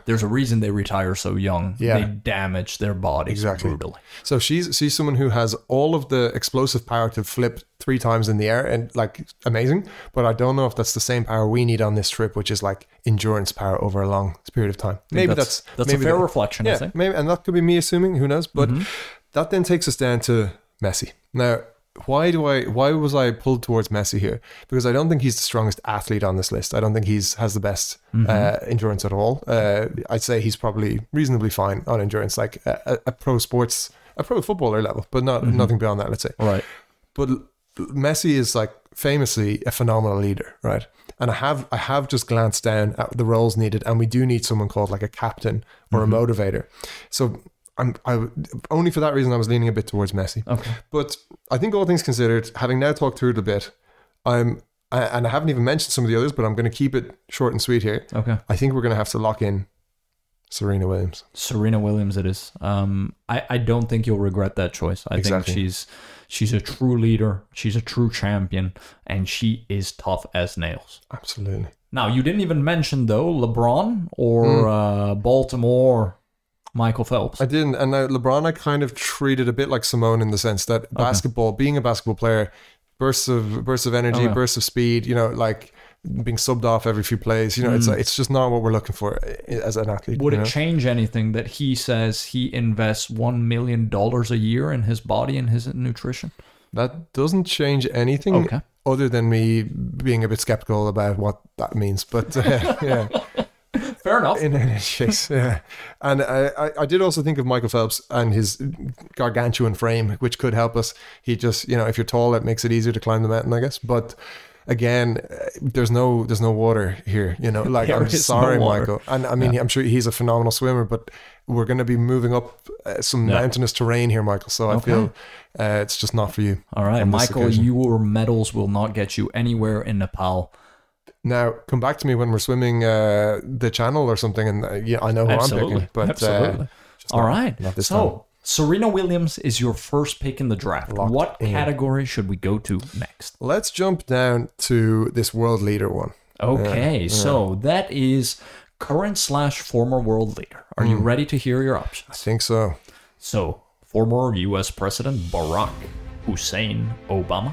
[SPEAKER 2] there's a reason they retire so young.
[SPEAKER 1] Yeah.
[SPEAKER 2] They damage their body
[SPEAKER 1] Exactly.
[SPEAKER 2] brutally.
[SPEAKER 1] So she's she's someone who has all of the explosive power to flip three times in the air and like amazing. But I don't know if that's the same power we need on this trip, which is like endurance power over a long period of time. Maybe that's
[SPEAKER 2] that's that's
[SPEAKER 1] maybe
[SPEAKER 2] a fair
[SPEAKER 1] that-
[SPEAKER 2] reflection, I
[SPEAKER 1] yeah,
[SPEAKER 2] think.
[SPEAKER 1] maybe, and that could be me assuming. Who knows? But that then takes us down to Messi. Now, why do I? Why was I pulled towards Messi here? Because I don't think he's the strongest athlete on this list. I don't think he's has the best uh, endurance at all. Uh, I'd say he's probably reasonably fine on endurance, like a, a, a pro sports, a pro footballer level, but not nothing beyond that. Let's say.
[SPEAKER 2] Right.
[SPEAKER 1] But L- Messi is like famously a phenomenal leader, right? And I have I have just glanced down at the roles needed, and we do need someone called like a captain or a motivator. So I'm I only for that reason I was leaning a bit towards Messi.
[SPEAKER 2] Okay.
[SPEAKER 1] But I think all things considered, having now talked through it a bit, I'm a- and I haven't even mentioned some of the others, but I'm going to keep it short and sweet here.
[SPEAKER 2] Okay.
[SPEAKER 1] I think we're going to have to lock in Serena Williams.
[SPEAKER 2] Serena Williams it is. Um I, I don't think you'll regret that choice. I
[SPEAKER 1] Exactly.
[SPEAKER 2] think she's she's a true leader, she's a true champion, and she is tough as nails.
[SPEAKER 1] Absolutely.
[SPEAKER 2] Now you didn't even mention though LeBron or
[SPEAKER 1] Hmm.
[SPEAKER 2] uh, Baltimore Michael Phelps.
[SPEAKER 1] I didn't. And now LeBron, I kind of treated a bit like Simone in the sense that basketball, being a basketball player, bursts of bursts of energy,
[SPEAKER 2] Oh, yeah.
[SPEAKER 1] bursts of speed. You know, like being subbed off every few plays. You know, it's it's just not what we're looking for i- as an athlete.
[SPEAKER 2] Would
[SPEAKER 1] you
[SPEAKER 2] Hmm. it
[SPEAKER 1] know?
[SPEAKER 2] change anything that he says he invests one million dollars a year in his body and his nutrition?
[SPEAKER 1] that doesn't change anything.
[SPEAKER 2] Okay.
[SPEAKER 1] Other than me being a bit skeptical about what that means, but [laughs] uh, yeah,
[SPEAKER 2] Fair enough.
[SPEAKER 1] in any [laughs] case, yeah, and I, I- I did also think of Michael Phelps and his gargantuan frame, which could help us. He just, you know, if you're tall, it makes it easier to climb the mountain, I guess. But again, uh, there's no there's no water here, you
[SPEAKER 2] [laughs]
[SPEAKER 1] know. Like
[SPEAKER 2] There
[SPEAKER 1] I'm
[SPEAKER 2] is no
[SPEAKER 1] sorry,
[SPEAKER 2] water.
[SPEAKER 1] Michael, and I mean I'm sure he's a phenomenal swimmer, but we're going to be moving up uh, some
[SPEAKER 2] Yeah.
[SPEAKER 1] mountainous terrain here, Michael. So I
[SPEAKER 2] Okay.
[SPEAKER 1] feel uh, it's just not for you.
[SPEAKER 2] All right,
[SPEAKER 1] on this
[SPEAKER 2] Michael,
[SPEAKER 1] occasion.
[SPEAKER 2] your medals will not get you anywhere in Nepal.
[SPEAKER 1] Now come back to me when we're swimming uh, the channel or something, and uh, yeah, I know who
[SPEAKER 2] Absolutely.
[SPEAKER 1] I'm picking. But
[SPEAKER 2] Absolutely.
[SPEAKER 1] Uh, just
[SPEAKER 2] All
[SPEAKER 1] not-
[SPEAKER 2] right.
[SPEAKER 1] not this
[SPEAKER 2] so,
[SPEAKER 1] time.
[SPEAKER 2] Serena Williams is your first pick in the draft.
[SPEAKER 1] Locked
[SPEAKER 2] what
[SPEAKER 1] in.
[SPEAKER 2] category should we go to next?
[SPEAKER 1] Let's jump down to this world leader one.
[SPEAKER 2] Okay, so that is current slash former world leader. Are
[SPEAKER 1] Hmm.
[SPEAKER 2] you ready to hear your
[SPEAKER 1] I
[SPEAKER 2] options?
[SPEAKER 1] think so.
[SPEAKER 2] So, former US President Barack Hussein Obama,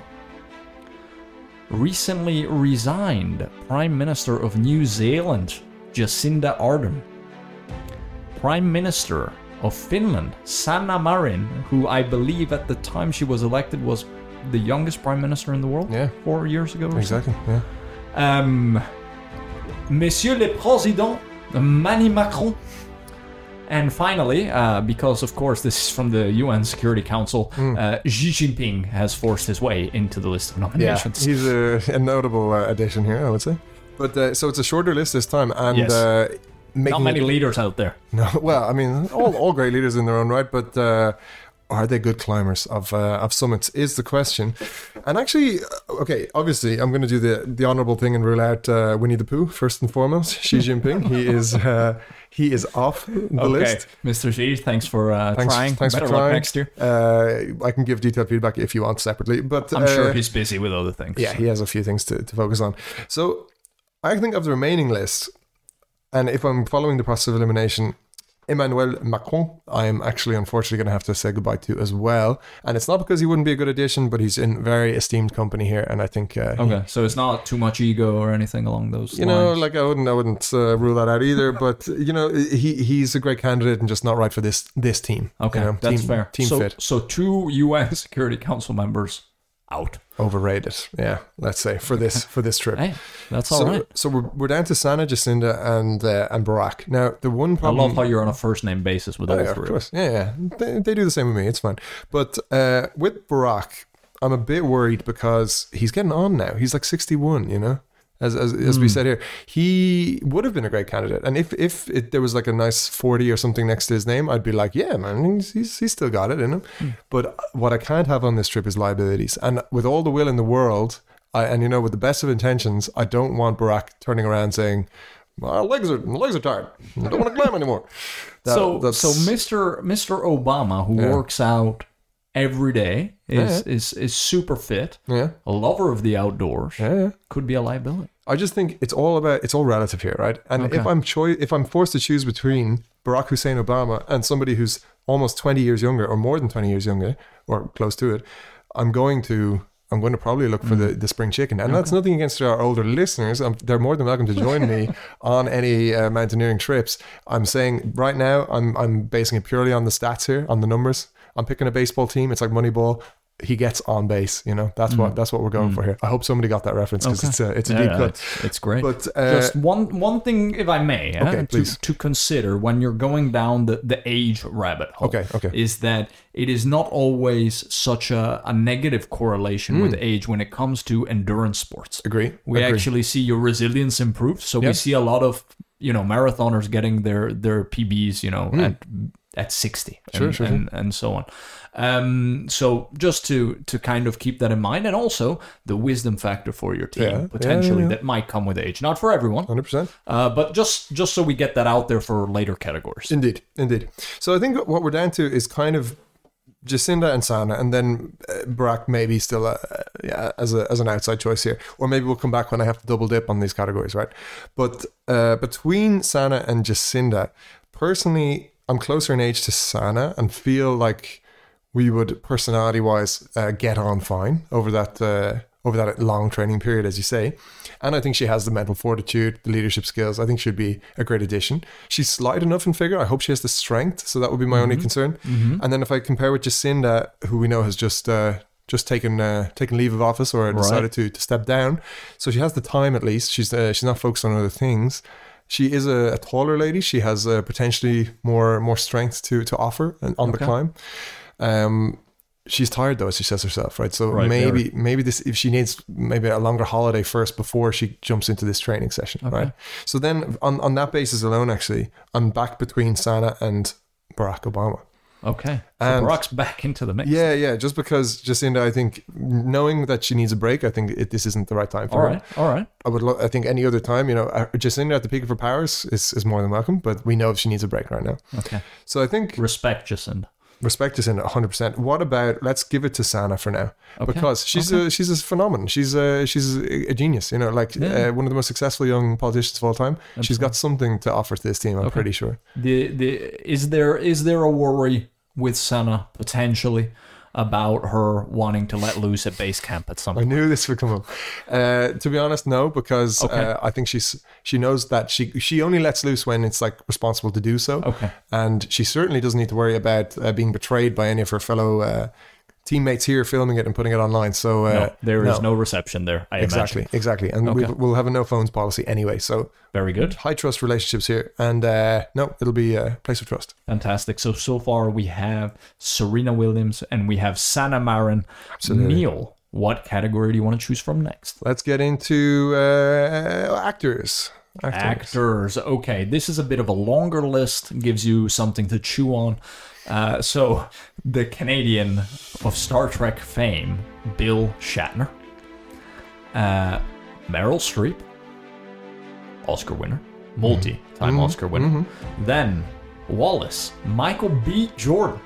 [SPEAKER 2] recently resigned Prime Minister of New Zealand Jacinda Ardern, Prime Minister of Finland Sanna Marin, who I believe at the time she was elected was the youngest prime minister in the world
[SPEAKER 1] Yeah.
[SPEAKER 2] four years ago or
[SPEAKER 1] Exactly.
[SPEAKER 2] something.
[SPEAKER 1] Yeah.
[SPEAKER 2] Um, Monsieur le Président, Manny Macron. And finally, uh, because of course this is from the UN Security Council,
[SPEAKER 1] Hmm.
[SPEAKER 2] uh, Xi Jinping has forced his way into the list of nominations.
[SPEAKER 1] He's a, a notable uh, addition here, I would say. But uh, so it's a shorter list this time, and
[SPEAKER 2] Yes.
[SPEAKER 1] uh,
[SPEAKER 2] Not
[SPEAKER 1] making
[SPEAKER 2] many
[SPEAKER 1] it-
[SPEAKER 2] leaders out there.
[SPEAKER 1] [laughs] no, well, I mean, all, all great leaders in their own right, but uh, are they good climbers of uh, of summits is the question. And actually, uh, okay, obviously, I'm going to do the the honorable thing and rule out uh, Winnie the Pooh first and foremost. Xi Jinping, he is uh, he is off
[SPEAKER 2] [laughs]
[SPEAKER 1] the list.
[SPEAKER 2] Mr. Xi, thanks for uh,
[SPEAKER 1] Thanks,
[SPEAKER 2] trying.
[SPEAKER 1] thanks
[SPEAKER 2] Better
[SPEAKER 1] for
[SPEAKER 2] luck
[SPEAKER 1] trying.
[SPEAKER 2] next year.
[SPEAKER 1] Uh, I can give detailed feedback if you want separately, but
[SPEAKER 2] I'm
[SPEAKER 1] uh,
[SPEAKER 2] sure he's busy with other things.
[SPEAKER 1] yeah, he has a few things to, to focus on. So I think of the remaining list, and if I'm following the process of elimination, Emmanuel Macron, I'm actually unfortunately going to have to say goodbye to as well. And it's not because he wouldn't be a good addition, but he's in very esteemed company here, and I think uh, he-
[SPEAKER 2] Okay, so it's not too much ego or anything along those
[SPEAKER 1] you
[SPEAKER 2] lines.
[SPEAKER 1] know, like I wouldn't, I wouldn't uh, rule that out either. But you know, he he's a great candidate and just not right for this this team. you
[SPEAKER 2] okay,
[SPEAKER 1] know,
[SPEAKER 2] that's
[SPEAKER 1] team-
[SPEAKER 2] fair.
[SPEAKER 1] Team
[SPEAKER 2] so,
[SPEAKER 1] fit,
[SPEAKER 2] so two UN Security Council members out.
[SPEAKER 1] overrated. Yeah, let's say for this for this trip.
[SPEAKER 2] [laughs] Hey, that's all
[SPEAKER 1] so,
[SPEAKER 2] right.
[SPEAKER 1] so we're, we're down to Sana, Jacinda, and uh, and Barack. Now the one
[SPEAKER 2] I
[SPEAKER 1] problem.
[SPEAKER 2] love how you're on a first name basis with all
[SPEAKER 1] Um, Oh, yeah, of
[SPEAKER 2] three.
[SPEAKER 1] course. Yeah, yeah. They, they do the same with me. It's fine. But uh, with Barack, I'm a bit worried because he's getting on now. He's like 61, you know? As, as, as
[SPEAKER 2] Hmm.
[SPEAKER 1] we said here, he would have been a great candidate. And if, if it, there was like a nice 40 or something next to his name, I'd be like, yeah, man, he's, he's, he's still got it in him.
[SPEAKER 2] Hmm.
[SPEAKER 1] But what I can't have on this trip is liabilities. And with all the will in the world, I, and you know, with the best of intentions, I don't want Barack turning around saying, my legs are my legs are tired. I don't want to climb anymore. That-
[SPEAKER 2] so,
[SPEAKER 1] that's-
[SPEAKER 2] so Mr. Mr. Obama, who
[SPEAKER 1] Yeah.
[SPEAKER 2] works out every day, is, is is super fit,
[SPEAKER 1] Yeah.
[SPEAKER 2] a lover of the outdoors,
[SPEAKER 1] Yeah, yeah.
[SPEAKER 2] could be a liability.
[SPEAKER 1] I just think it's all about it's all relative here, right? And if I'm choi- if I'm forced to choose between Barack Hussein Obama and somebody who's almost 20 years younger or more than 20 years younger or close to it, I'm going to I'm going to probably look for the, the spring chicken. And that's nothing against our older listeners. Um they're more than welcome to join me on any uh, mountaineering trips. I'm saying right now I'm I'm basing it purely on the stats here, on the numbers. I'm picking a baseball team. It's like Moneyball. He gets on base, you know. That's what that's what we're going for here. I hope somebody got that reference because it's a it's a deep cut.
[SPEAKER 2] it's, it's great.
[SPEAKER 1] But uh,
[SPEAKER 2] Just one one thing, if I may, eh,
[SPEAKER 1] Okay,
[SPEAKER 2] to-
[SPEAKER 1] please.
[SPEAKER 2] to consider when you're going down the, the age rabbit hole.
[SPEAKER 1] Okay, okay.
[SPEAKER 2] Is that it is not always such a, a negative
[SPEAKER 1] Hmm.
[SPEAKER 2] correlation with age when it comes to endurance sports.
[SPEAKER 1] agree.
[SPEAKER 2] we
[SPEAKER 1] agree.
[SPEAKER 2] actually see your resilience improve. So we see a lot of you know marathoners getting their their PBs, you know, at at 60 and,
[SPEAKER 1] Hmm. Sure, sure, sure.
[SPEAKER 2] and, and so on um, so just to to kind of keep that in mind and also the wisdom factor for your team
[SPEAKER 1] Yeah, yeah,
[SPEAKER 2] potentially
[SPEAKER 1] yeah. Um,
[SPEAKER 2] that might come with age not for everyone
[SPEAKER 1] Hundred percent.
[SPEAKER 2] uh, but just just so we get that out there for later categories
[SPEAKER 1] Indeed, indeed. So I think what we're down to is kind of Jacinda and Sana, and then uh, Barack maybe still uh, yeah, as a, as an outside choice here, or maybe we'll come back when I have to double dip on these categories, right? But uh, between Sana and Jacinda, personally, I'm closer in age to Sana and feel like we would personality wise uh, get on fine over that uh, over that long training period, as you say. And I think she has the mental fortitude, the leadership skills. I think she'd be a great addition. She's slight enough in figure. I hope she has the strength. So that would be my only concern. And then if I compare with Jacinda, who we know has just uh, just taken uh, taken leave of office or decided to, to step down, so she has the time at least. She's uh, she's not focused on other things. She is a, a taller lady. She has uh, potentially more more strength to to offer and on the
[SPEAKER 2] Okay.
[SPEAKER 1] climb. Um, she's tired though, as she says herself, right? So
[SPEAKER 2] Right,
[SPEAKER 1] maybe maybe this if she needs maybe a longer holiday first before she jumps into this training session, right? So then on on that basis alone, actually, I'm back between Sana and Barack Obama.
[SPEAKER 2] okay so
[SPEAKER 1] And-
[SPEAKER 2] Barack's back [laughs] into the mix
[SPEAKER 1] Yeah, yeah. Just because Jacinda, I think knowing that she needs a break, I think it, this isn't the right time for
[SPEAKER 2] all
[SPEAKER 1] her.
[SPEAKER 2] right all right
[SPEAKER 1] I would. Lo- I think any other time, you know, uh, Jacinda at the peak of her powers is, is more than welcome. But we know if she needs a break right now.
[SPEAKER 2] okay
[SPEAKER 1] So I think
[SPEAKER 2] respect Jacinda
[SPEAKER 1] respect is in 100% what about let's give it to sana for now
[SPEAKER 2] Okay.
[SPEAKER 1] because she's a she's a phenomenon she's a she's a, a genius you know like
[SPEAKER 2] Yeah.
[SPEAKER 1] uh, one of the most successful young politicians of all time she's got something to offer to this team i'm
[SPEAKER 2] Okay.
[SPEAKER 1] pretty sure
[SPEAKER 2] the the is there is there a worry with Sana potentially about her wanting to let loose at base camp at some
[SPEAKER 1] i
[SPEAKER 2] point?
[SPEAKER 1] knew this would come up uh, to be honest no because
[SPEAKER 2] Okay.
[SPEAKER 1] uh, i think she's she knows that she she only lets loose when it's like responsible to do so
[SPEAKER 2] Okay.
[SPEAKER 1] and she certainly doesn't need to worry about uh, being betrayed by any of her fellow uh, teammates here filming it and putting it online so uh,
[SPEAKER 2] No, there is
[SPEAKER 1] no.
[SPEAKER 2] no. reception there. I
[SPEAKER 1] Exactly,
[SPEAKER 2] imagine.
[SPEAKER 1] exactly. And
[SPEAKER 2] Okay.
[SPEAKER 1] we, we'll have a no phones policy anyway. So
[SPEAKER 2] Very good.
[SPEAKER 1] high trust relationships here. And uh, no, it'll be a place of trust.
[SPEAKER 2] Fantastic. So so far we have Serena Williams and we have Sana Marin. Neil, what category do you want to choose from next?
[SPEAKER 1] Let's get into uh, actors. Actors.
[SPEAKER 2] Actors. Okay, this is a bit of a longer list, gives you something to chew on. Uh, so, the Canadian of Star Trek fame, Bill Shatner, uh, Meryl Streep, Oscar winner, multi time Oscar winner. Then, Wallace, Michael B. Jordan.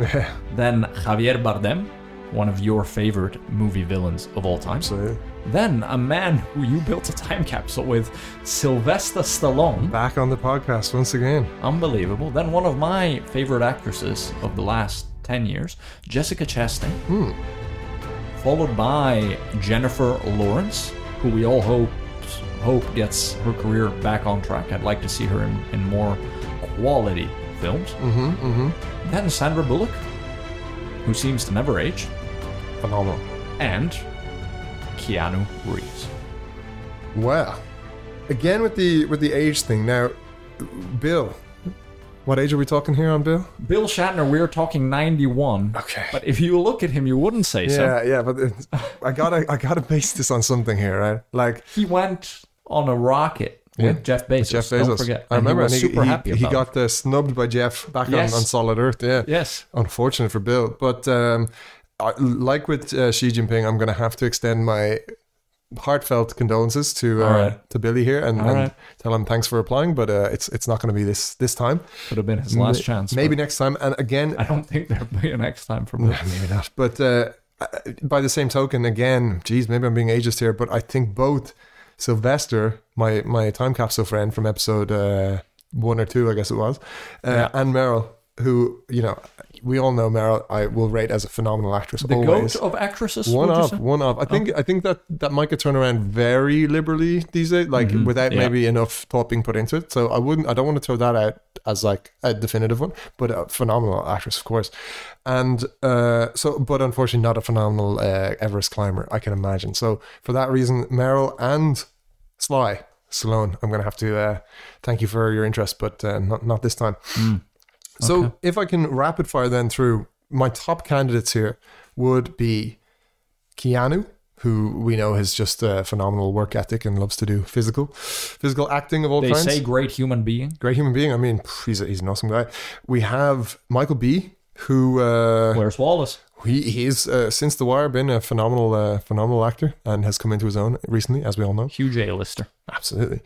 [SPEAKER 1] Yeah,
[SPEAKER 2] Then, Javier Bardem, one of your favorite movie villains of all time.
[SPEAKER 1] absolutely.
[SPEAKER 2] Then a man who you built a time capsule with, Sylvester Stallone.
[SPEAKER 1] Back on the podcast once again.
[SPEAKER 2] Unbelievable. Then one of my favorite actresses of the last 10 years, Jessica Chastain. Followed by Jennifer Lawrence, who we all hope hope gets her career back on track. I'd like to see her in, in more quality films. Mm-hmm, mm-hmm. Then Sandra Bullock, who seems to never age,
[SPEAKER 1] Phenomenal.
[SPEAKER 2] and Keanu Reeves.
[SPEAKER 1] Wow. Again with the with the age thing. Now, Bill. What age are we talking here on Bill?
[SPEAKER 2] Bill Shatner, we're talking 91.
[SPEAKER 1] Okay.
[SPEAKER 2] But if you look at him, you wouldn't say so.
[SPEAKER 1] yeah, yeah, but it's, I gotta I gotta base this on something here, right? Like
[SPEAKER 2] He went on a rocket with
[SPEAKER 1] Yeah.
[SPEAKER 2] Jeff Bezos.
[SPEAKER 1] Jeff
[SPEAKER 2] Don't
[SPEAKER 1] Bezos.
[SPEAKER 2] forget.
[SPEAKER 1] I
[SPEAKER 2] And
[SPEAKER 1] remember
[SPEAKER 2] he was
[SPEAKER 1] and he,
[SPEAKER 2] super
[SPEAKER 1] he-
[SPEAKER 2] happy
[SPEAKER 1] he
[SPEAKER 2] about it.
[SPEAKER 1] got uh, snubbed by Jeff back
[SPEAKER 2] Yes.
[SPEAKER 1] on, on Solid Earth. Yeah.
[SPEAKER 2] Yes.
[SPEAKER 1] Unfortunate for Bill. But um, I, like with uh, Xi Jinping, I'm going to have to extend my heartfelt condolences to uh,
[SPEAKER 2] All right.
[SPEAKER 1] to Billy here and,
[SPEAKER 2] All
[SPEAKER 1] and
[SPEAKER 2] right.
[SPEAKER 1] tell him thanks for applying, but uh, it's it's not going to be this this time.
[SPEAKER 2] Could have been his last
[SPEAKER 1] May-
[SPEAKER 2] chance.
[SPEAKER 1] Maybe
[SPEAKER 2] but
[SPEAKER 1] next time. And again,
[SPEAKER 2] I don't think there'll be a next time for Bill.
[SPEAKER 1] maybe not. But uh, by the same token, again, geez, maybe I'm being ageist here, but I think both Sylvester, my my time capsule friend from episode uh, one or two, I guess it was, uh,
[SPEAKER 2] Yeah.
[SPEAKER 1] and Meryl, who you know, we all know Meryl, I will rate as a phenomenal actress
[SPEAKER 2] The
[SPEAKER 1] always.
[SPEAKER 2] goat of actresses.
[SPEAKER 1] One
[SPEAKER 2] would you
[SPEAKER 1] up,
[SPEAKER 2] say?
[SPEAKER 1] one up. I think I think that that might get turned around very liberally these days, like without
[SPEAKER 2] yeah.
[SPEAKER 1] maybe enough thought being put into it. So I wouldn't, I don't want to throw that out as like a definitive one, but a phenomenal actress, of course. And uh, so, but unfortunately, not a phenomenal uh, Everest climber, I can imagine. So for that reason, Meryl and Sly Stallone, I'm going to have to uh, thank you for your interest, but uh, not not this time. So if I can rapid fire then through my top candidates here would be Keanu who we know has just a phenomenal work ethic and loves to do physical, physical acting of all
[SPEAKER 2] They
[SPEAKER 1] kinds.
[SPEAKER 2] say great human being.
[SPEAKER 1] Great human being. I mean, pff, he's, a, he's an awesome guy. We have Michael B, who uh,
[SPEAKER 2] Where's Wallace?
[SPEAKER 1] he he's uh, since The Wire been a phenomenal, uh, phenomenal actor and has come into his own recently, as we all know.
[SPEAKER 2] Huge A-lister.
[SPEAKER 1] Absolutely.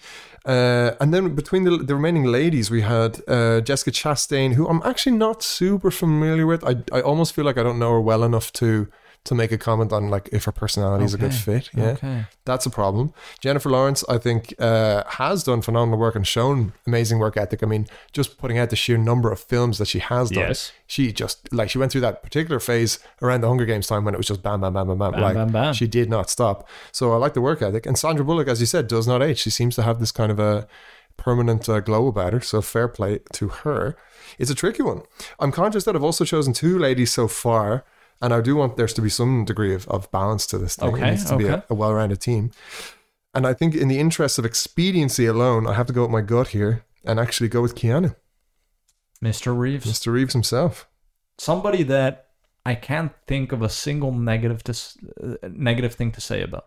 [SPEAKER 1] Uh, and then between the, the remaining ladies, we had uh, Jessica Chastain, who I'm actually not super familiar with. I, I almost feel like I don't know her well enough to to make a comment on like if her personality is a good
[SPEAKER 2] Okay.
[SPEAKER 1] fit. Yeah,
[SPEAKER 2] Okay.
[SPEAKER 1] that's a problem. Jennifer Lawrence, I think, uh, has done phenomenal work and shown amazing work ethic. I mean, just putting out the sheer number of films that she has done.
[SPEAKER 2] Yes.
[SPEAKER 1] She just like she went through that particular phase around the Hunger Games time when it was just bam, bam, bam, bam, bam.
[SPEAKER 2] Bam,
[SPEAKER 1] like
[SPEAKER 2] bam, bam.
[SPEAKER 1] she did not stop. So I like the work ethic. And Sandra Bullock, as you said, does not age. She seems to have this kind of a permanent uh, glow about her. So fair play to her. It's a tricky one. I'm conscious that I've also chosen two ladies so far, and I do want there to be some degree of, of balance to this thing. it
[SPEAKER 2] Okay,
[SPEAKER 1] needs to be
[SPEAKER 2] okay.
[SPEAKER 1] a, a well-rounded team. And I think in the interest of expediency alone, I have to go with my gut here and actually go with Keanu,
[SPEAKER 2] Mr. Reeves.
[SPEAKER 1] Mr. Reeves himself.
[SPEAKER 2] Somebody that I can't think of a single negative to s- uh, negative thing to say about.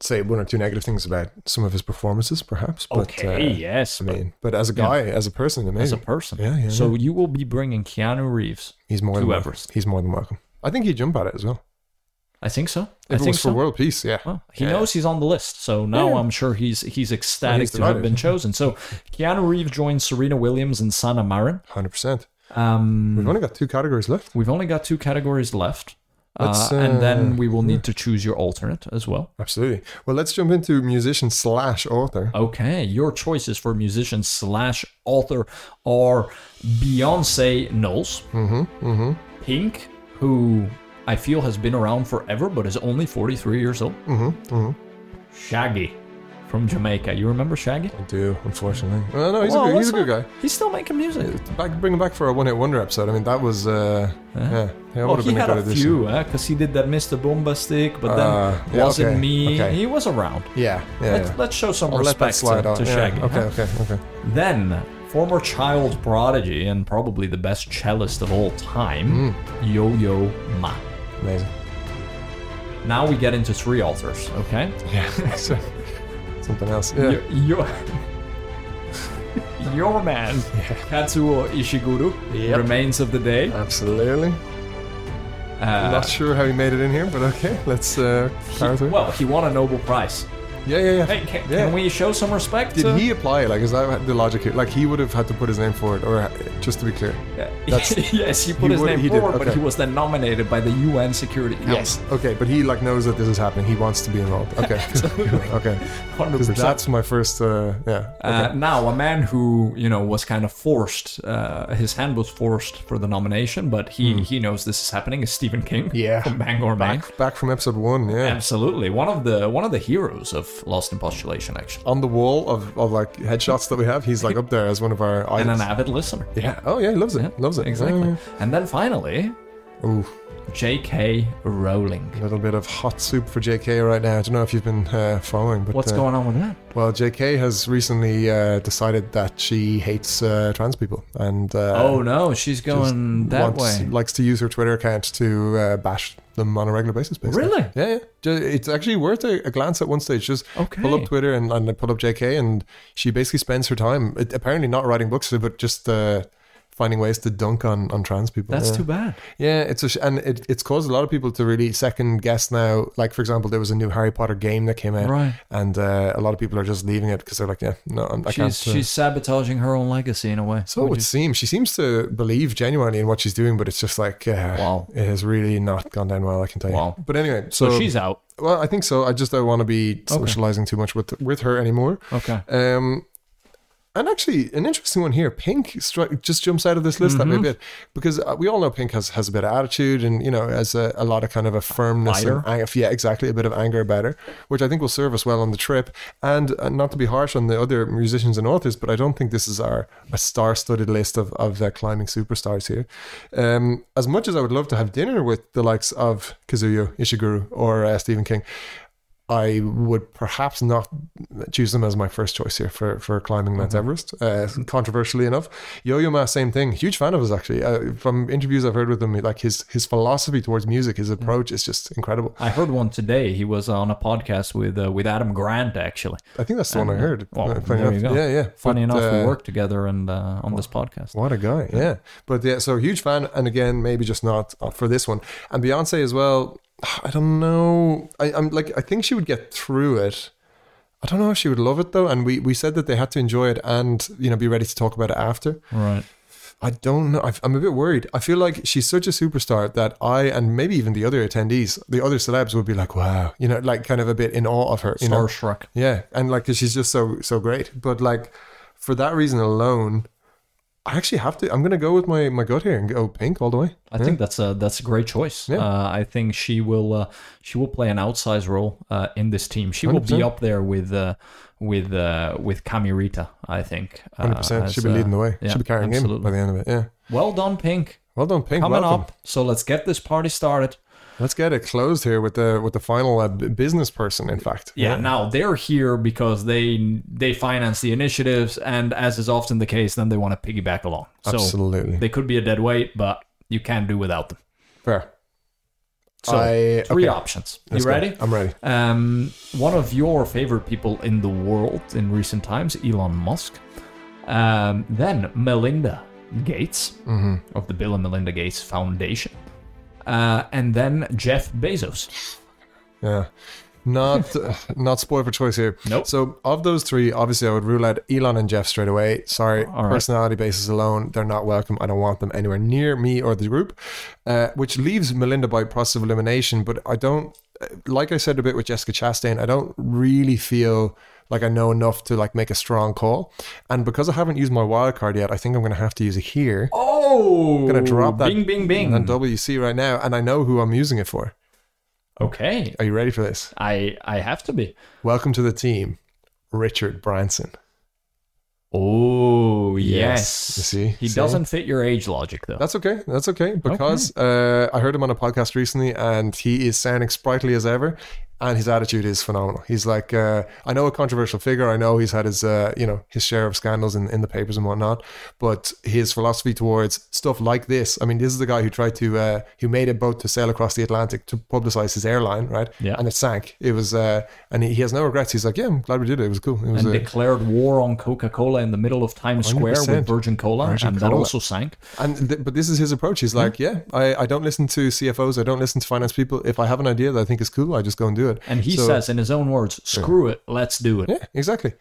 [SPEAKER 1] say one or two negative things about some of his performances, perhaps. But, uh,
[SPEAKER 2] yes.
[SPEAKER 1] I
[SPEAKER 2] but
[SPEAKER 1] mean, but as a guy, as a person, amazing.
[SPEAKER 2] as a person.
[SPEAKER 1] Yeah, yeah,
[SPEAKER 2] So you will be bringing Keanu Reeves.
[SPEAKER 1] he's more
[SPEAKER 2] to
[SPEAKER 1] than welcome.
[SPEAKER 2] Everest.
[SPEAKER 1] He's more than welcome. I think he'd jump at it as well.
[SPEAKER 2] I think so. I
[SPEAKER 1] If it
[SPEAKER 2] think
[SPEAKER 1] was for
[SPEAKER 2] so.
[SPEAKER 1] world peace, yeah.
[SPEAKER 2] Well, he
[SPEAKER 1] Yeah.
[SPEAKER 2] knows he's on the list, so now
[SPEAKER 1] Yeah.
[SPEAKER 2] I'm sure he's he's ecstatic
[SPEAKER 1] he's
[SPEAKER 2] to have
[SPEAKER 1] delighted.
[SPEAKER 2] been chosen. So Keanu Reeves joins Serena Williams and Sana Marin.
[SPEAKER 1] Hundred percent.
[SPEAKER 2] Um,
[SPEAKER 1] We've only got two categories left.
[SPEAKER 2] we've only got two categories left, uh,
[SPEAKER 1] Let's,
[SPEAKER 2] and
[SPEAKER 1] uh,
[SPEAKER 2] then we will need to choose your alternate as well.
[SPEAKER 1] Absolutely. Well, let's jump into musician slash author.
[SPEAKER 2] Okay, your choices for musician slash author are Beyonce Knowles,
[SPEAKER 1] Mm-hmm. Mm-hmm.
[SPEAKER 2] Pink, who I feel has been around forever but is only 43 years old,
[SPEAKER 1] Mm-hmm. Mm-hmm.
[SPEAKER 2] Shaggy from Jamaica. You remember Shaggy?
[SPEAKER 1] I do, unfortunately. Oh, no, he's
[SPEAKER 2] Well,
[SPEAKER 1] a good, he's
[SPEAKER 2] what's
[SPEAKER 1] a good guy.
[SPEAKER 2] He's still making music.
[SPEAKER 1] Back, bring him back for a one hit wonder episode. I mean, that was uh, yeah. yeah,
[SPEAKER 2] Well,
[SPEAKER 1] would have
[SPEAKER 2] Uh-huh. Oh, he
[SPEAKER 1] been a
[SPEAKER 2] had
[SPEAKER 1] good
[SPEAKER 2] a
[SPEAKER 1] addition.
[SPEAKER 2] few, because he did that Mr. Boomba stick, but then
[SPEAKER 1] Ah, yeah,
[SPEAKER 2] wasn't
[SPEAKER 1] okay,
[SPEAKER 2] me.
[SPEAKER 1] okay.
[SPEAKER 2] He was around.
[SPEAKER 1] Yeah, yeah.
[SPEAKER 2] Let's,
[SPEAKER 1] yeah.
[SPEAKER 2] let's show some
[SPEAKER 1] I'll let that
[SPEAKER 2] respect
[SPEAKER 1] slide
[SPEAKER 2] to,
[SPEAKER 1] on.
[SPEAKER 2] to
[SPEAKER 1] yeah.
[SPEAKER 2] Shaggy.
[SPEAKER 1] Okay,
[SPEAKER 2] huh?
[SPEAKER 1] okay, okay.
[SPEAKER 2] Then, former child prodigy and probably the best cellist of all
[SPEAKER 1] Hmm.
[SPEAKER 2] time, Yo-Yo Ma. [laughs]
[SPEAKER 1] Amazing.
[SPEAKER 2] Now we get into three authors, okay?
[SPEAKER 1] Yeah. so, something else. Yeah.
[SPEAKER 2] Your,
[SPEAKER 1] [laughs]
[SPEAKER 2] your, your man, Katsuo Ishiguro,
[SPEAKER 1] Yep.
[SPEAKER 2] remains of the day.
[SPEAKER 1] Absolutely.
[SPEAKER 2] Uh,
[SPEAKER 1] Not sure how he made it in here, but okay. Let's uh, power through.
[SPEAKER 2] well, he won a Nobel Prize.
[SPEAKER 1] yeah, yeah, yeah.
[SPEAKER 2] Hey, can,
[SPEAKER 1] Yeah.
[SPEAKER 2] can we uh, show some respect?
[SPEAKER 1] Did
[SPEAKER 2] to- [laughs]
[SPEAKER 1] he apply? Like, is that the logic here? Like, he would have had to put his name for it, or just to be clear. That's-
[SPEAKER 2] [laughs] yes, he put
[SPEAKER 1] he
[SPEAKER 2] his
[SPEAKER 1] would-
[SPEAKER 2] name
[SPEAKER 1] he did,
[SPEAKER 2] forward, but
[SPEAKER 1] okay.
[SPEAKER 2] he was then nominated by the UN Security Council.
[SPEAKER 1] Okay, but he like knows that this is happening. He wants to be involved.
[SPEAKER 2] [laughs]
[SPEAKER 1] Okay. [laughs] okay. 'Cause
[SPEAKER 2] 100%.
[SPEAKER 1] that's my first. Uh, yeah.
[SPEAKER 2] Uh, Now, a man who you know was kind of forced, uh, his hand was forced for the nomination, but he he knows this is happening. Is Stephen King?
[SPEAKER 1] Hmm. Yeah.
[SPEAKER 2] [laughs] from Bangor, Man.
[SPEAKER 1] Back, back from episode one. Yeah.
[SPEAKER 2] Absolutely, one of the one of the heroes of Lost in Postulation, actually,
[SPEAKER 1] On the wall of, of like headshots that we have, he's like up there as one of
[SPEAKER 2] [laughs]
[SPEAKER 1] our
[SPEAKER 2] and
[SPEAKER 1] idols.
[SPEAKER 2] an avid listener.
[SPEAKER 1] yeah. Oh yeah, he loves it. loves it.
[SPEAKER 2] exactly.
[SPEAKER 1] Yeah,
[SPEAKER 2] And then finally,
[SPEAKER 1] yeah. Ooh.
[SPEAKER 2] J.K. Rowling.
[SPEAKER 1] A little bit of hot soup for JK right now. I don't know if you've been uh, following, but
[SPEAKER 2] What's
[SPEAKER 1] uh,
[SPEAKER 2] going on with that?
[SPEAKER 1] Well, JK has recently uh, decided that she hates uh, trans people and uh,
[SPEAKER 2] oh no, she's going that
[SPEAKER 1] wants-
[SPEAKER 2] way.
[SPEAKER 1] likes to use her Twitter account to uh, bash them on a regular basis. Basically.
[SPEAKER 2] Really?
[SPEAKER 1] Yeah, yeah. Ju- It's actually worth a, a glance at one stage. Just
[SPEAKER 2] Okay.
[SPEAKER 1] pull up Twitter and, and pull up JK, and she basically spends her time it, apparently not writing books, but just uh, finding ways to dunk on, on trans people.
[SPEAKER 2] That's
[SPEAKER 1] yeah.
[SPEAKER 2] too bad.
[SPEAKER 1] Yeah, it's a sh- and it, it's caused a lot of people to really second guess now. Like for example, there was a new Harry Potter game that came out,
[SPEAKER 2] Right.
[SPEAKER 1] and uh, a lot of people are just leaving it because they're like, yeah, no, I'm, I can't.
[SPEAKER 2] She's
[SPEAKER 1] uh,
[SPEAKER 2] she's sabotaging her own legacy in a way.
[SPEAKER 1] so it
[SPEAKER 2] Would
[SPEAKER 1] would
[SPEAKER 2] you-
[SPEAKER 1] seem she seems to believe genuinely in what she's doing, but it's just like uh,
[SPEAKER 2] Wow.
[SPEAKER 1] it has really not gone down well. I can tell you.
[SPEAKER 2] Wow.
[SPEAKER 1] But anyway, so,
[SPEAKER 2] so she's out.
[SPEAKER 1] well, I think so. I just don't want to be socializing too much with with her anymore.
[SPEAKER 2] Okay.
[SPEAKER 1] Um, and actually, an interesting one here. Pink stri- just jumps out of this list that may be it because uh, we all know Pink has, has a bit of attitude and you know has a, a lot of kind of a firmness and
[SPEAKER 2] Fighter.
[SPEAKER 1] ang- yeah, exactly, a bit of anger about her, which I think will serve us well on the trip. And uh, not to be harsh on the other musicians and authors, but I don't think this is our a star-studded list of of uh, climbing superstars here. Um, as much as I would love to have dinner with the likes of Kazuyo Ishiguro or uh, Stephen King. I would perhaps not choose them as my first choice here for, for climbing
[SPEAKER 2] Mm-hmm.
[SPEAKER 1] Mount Everest, uh, [laughs] controversially enough. Yo Yo Ma, same thing. Huge fan of his, actually. Uh, from interviews I've heard with him, like his, his philosophy towards music,
[SPEAKER 2] Mm.
[SPEAKER 1] his approach is just incredible.
[SPEAKER 2] I heard one today. He was on a podcast with uh, with Adam Grant actually.
[SPEAKER 1] I think that's the one I heard.
[SPEAKER 2] Well,
[SPEAKER 1] uh, funny
[SPEAKER 2] there you
[SPEAKER 1] enough.
[SPEAKER 2] go.
[SPEAKER 1] Yeah, yeah.
[SPEAKER 2] Funny
[SPEAKER 1] But,
[SPEAKER 2] enough, we
[SPEAKER 1] uh,
[SPEAKER 2] worked together and uh, on this podcast.
[SPEAKER 1] What a guy, yeah. But yeah, so huge fan, and again, maybe just not up for this one. And Beyonce as well. I don't know. I, I'm like, I think she would get through it. I don't know if she would love it though. And we we said that they had to enjoy it and you know be ready to talk about it after.
[SPEAKER 2] Right.
[SPEAKER 1] I don't know. I, I'm a bit worried. I feel like she's such a superstar that I and maybe even the other attendees, the other celebs, would be like, wow, you know, like kind of a bit in awe of her. You know,
[SPEAKER 2] Starstruck.
[SPEAKER 1] yeah, and like 'cause she's just so so great. But like for that reason alone, I actually have to. I'm gonna go with my my gut here and go pink all the way.
[SPEAKER 2] I think that's a that's a great choice.
[SPEAKER 1] Yeah.
[SPEAKER 2] Uh, I think she will uh, she will play an outsized role uh, in this team. She will be
[SPEAKER 1] 100%.
[SPEAKER 2] up there with uh, with uh, with Camirita. I think.
[SPEAKER 1] Hundred
[SPEAKER 2] Uh,
[SPEAKER 1] percent.
[SPEAKER 2] as,
[SPEAKER 1] She'll be
[SPEAKER 2] uh,
[SPEAKER 1] leading the way.
[SPEAKER 2] yeah,
[SPEAKER 1] She'll be carrying him
[SPEAKER 2] absolutely.
[SPEAKER 1] by the end of it. Yeah.
[SPEAKER 2] Well done, Pink.
[SPEAKER 1] Well done, pink.
[SPEAKER 2] Coming
[SPEAKER 1] Welcome.
[SPEAKER 2] up. So let's get this party started.
[SPEAKER 1] Let's get it closed here with the with the final uh, b- business person. In fact.
[SPEAKER 2] Yeah, now they're here because they they finance the initiatives, and as is often the case, then they want to piggyback along. So
[SPEAKER 1] Absolutely.
[SPEAKER 2] they could be a dead weight, but you can't do without them.
[SPEAKER 1] Fair.
[SPEAKER 2] So
[SPEAKER 1] I-
[SPEAKER 2] three
[SPEAKER 1] okay.
[SPEAKER 2] options.
[SPEAKER 1] Let's
[SPEAKER 2] you
[SPEAKER 1] go.
[SPEAKER 2] ready?
[SPEAKER 1] I'm ready.
[SPEAKER 2] Um, one of your favorite people in the world in recent times, Elon Musk. Um, then Melinda Gates
[SPEAKER 1] Mm-hmm.
[SPEAKER 2] of the Bill and Melinda Gates Foundation. Uh, and then Jeff Bezos.
[SPEAKER 1] Yeah. Not [laughs] not spoiled for choice here.
[SPEAKER 2] Nope.
[SPEAKER 1] So of those three, obviously I would rule out Elon and Jeff straight away. Sorry,
[SPEAKER 2] All right.
[SPEAKER 1] personality basis alone, they're not welcome. I don't want them anywhere near me or the group. Uh, which leaves Melinda by process of elimination. But I don't, uh, like I said a bit with Jessica Chastain, I don't really feel like I know enough to like make a strong call. And because I haven't used my wild card yet, I think I'm going to have to use it here.
[SPEAKER 2] Oh,
[SPEAKER 1] gonna drop that-
[SPEAKER 2] Bing, bing, bing.
[SPEAKER 1] And WC right now, and I know who I'm using it for.
[SPEAKER 2] okay,
[SPEAKER 1] Are you ready for this?
[SPEAKER 2] I I have to be.
[SPEAKER 1] Welcome to the team, Richard Branson.
[SPEAKER 2] Oh
[SPEAKER 1] Yes.
[SPEAKER 2] yes,
[SPEAKER 1] You see?
[SPEAKER 2] he
[SPEAKER 1] See?
[SPEAKER 2] doesn't fit your age logic though.
[SPEAKER 1] That's okay. That's okay. Because Uh, I heard him on a podcast recently and he is sounding sprightly as ever. And his attitude is phenomenal. He's like, uh, I know a controversial figure. I know he's had his, uh, you know, his share of scandals in, in the papers and whatnot. But his philosophy towards stuff like this. I mean, this is the guy who tried to, uh, who made a boat to sail across the Atlantic to publicize his airline, right?
[SPEAKER 2] Yeah.
[SPEAKER 1] And it sank. It was, uh, and he, he has no regrets. He's like, yeah, I'm glad we did it. It was cool. It was
[SPEAKER 2] and
[SPEAKER 1] uh,
[SPEAKER 2] declared war on Coca-Cola in the middle of Times Square
[SPEAKER 1] 100%.
[SPEAKER 2] with Virgin Cola,
[SPEAKER 1] Virgin
[SPEAKER 2] and that
[SPEAKER 1] Cola.
[SPEAKER 2] also sank.
[SPEAKER 1] And th- but this is his approach.
[SPEAKER 2] Hmm?
[SPEAKER 1] He's like, yeah, I, I don't listen to CFOs. I don't listen to finance people. If I have an idea that I think is cool, I just go and do it.
[SPEAKER 2] And he
[SPEAKER 1] So-
[SPEAKER 2] says in his own words, "Screw it, let's do it."
[SPEAKER 1] yeah, exactly.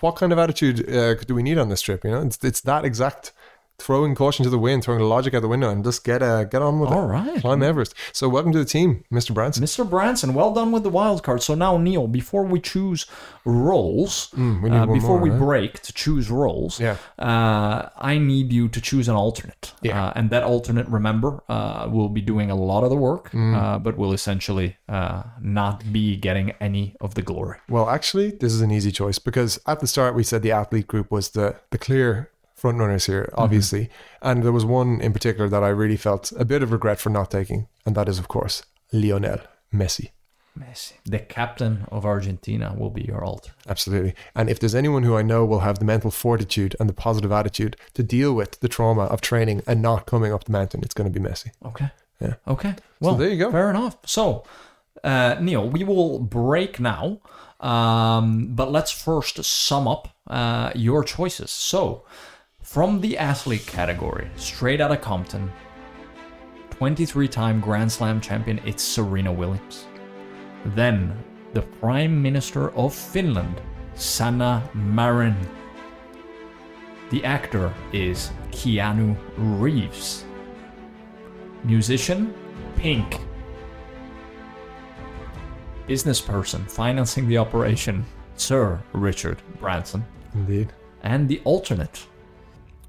[SPEAKER 1] What kind of attitude uh, do we need on this trip? You know, it's, it's that exact throwing caution to the wind, throwing the logic out the window, and just get uh, get on with
[SPEAKER 2] All
[SPEAKER 1] it.
[SPEAKER 2] right.
[SPEAKER 1] Climb Everest. So welcome to the team, Mr. Branson.
[SPEAKER 2] Mr. Branson, well done with the wild card. So now, Neil, before we choose roles,
[SPEAKER 1] Mm, we need
[SPEAKER 2] uh,
[SPEAKER 1] one
[SPEAKER 2] before
[SPEAKER 1] more,
[SPEAKER 2] we
[SPEAKER 1] right?
[SPEAKER 2] break to choose roles,
[SPEAKER 1] Yeah.
[SPEAKER 2] uh, I need you to choose an alternate.
[SPEAKER 1] Yeah.
[SPEAKER 2] Uh, and that alternate, remember, uh, will be doing a lot of the work,
[SPEAKER 1] Mm.
[SPEAKER 2] uh, but will essentially uh, not be getting any of the glory.
[SPEAKER 1] Well, actually, this is an easy choice because at the start we said the athlete group was the the clear front runners here, obviously, and there was one in particular that I really felt a bit of regret for not taking, and that is of course Lionel Messi.
[SPEAKER 2] Messi. The captain of Argentina will be your alternate.
[SPEAKER 1] Absolutely. And if there's anyone who I know will have the mental fortitude and the positive attitude to deal with the trauma of training and not coming up the mountain, it's going to be Messi.
[SPEAKER 2] Okay.
[SPEAKER 1] Yeah.
[SPEAKER 2] Okay. Well,
[SPEAKER 1] there you go.
[SPEAKER 2] Fair enough. So, uh, Neil, we will break now, um, but let's first sum up uh, your choices. So, from the athlete category, straight out of Compton, 23 time Grand Slam champion, it's Serena Williams. Then, the Prime Minister of Finland, Sanna Marin. The actor is Keanu Reeves. Musician, Pink. Business person financing the operation, Sir Richard Branson.
[SPEAKER 1] Indeed.
[SPEAKER 2] And the alternate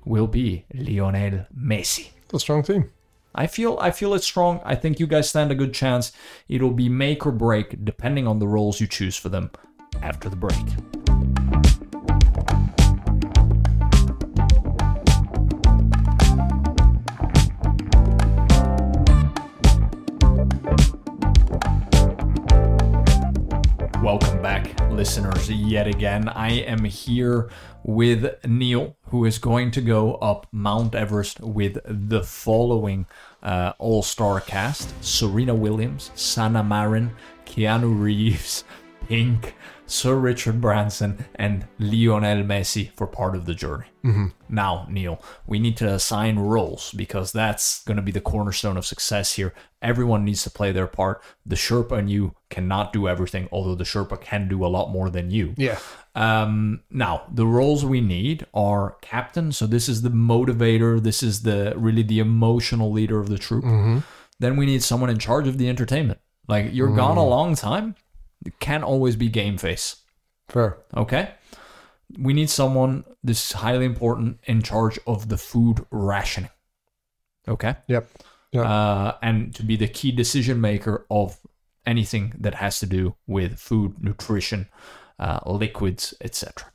[SPEAKER 2] will be Lionel Messi.
[SPEAKER 1] It's a strong team.
[SPEAKER 2] I feel I feel it's strong. I think you guys stand a good chance. It'll be make or break depending on the roles you choose for them after the break. back, listeners, yet again. I am here with Neil, who is going to go up Mount Everest with the following uh, all star cast Serena Williams, Sana Marin, Keanu Reeves, [laughs] Pink, Sir Richard Branson, and Lionel Messi for part of the journey. Now, Neil, we need to assign roles because that's going to be the cornerstone of success here. Everyone needs to play their part. The Sherpa and you cannot do everything, although the Sherpa can do a lot more than you.
[SPEAKER 1] Yeah.
[SPEAKER 2] Um, now, the roles we need are captain. So this is the motivator. This is the really the emotional leader of the troop. Then we need someone in charge of the entertainment. Like you're gone a long time, you can't always be game face.
[SPEAKER 1] Fair.
[SPEAKER 2] Okay. We need someone, this is highly important, in charge of the food rationing. Okay.
[SPEAKER 1] Yep. Yeah.
[SPEAKER 2] Uh, and to be the key decision maker of anything that has to do with food, nutrition, uh, liquids, etc.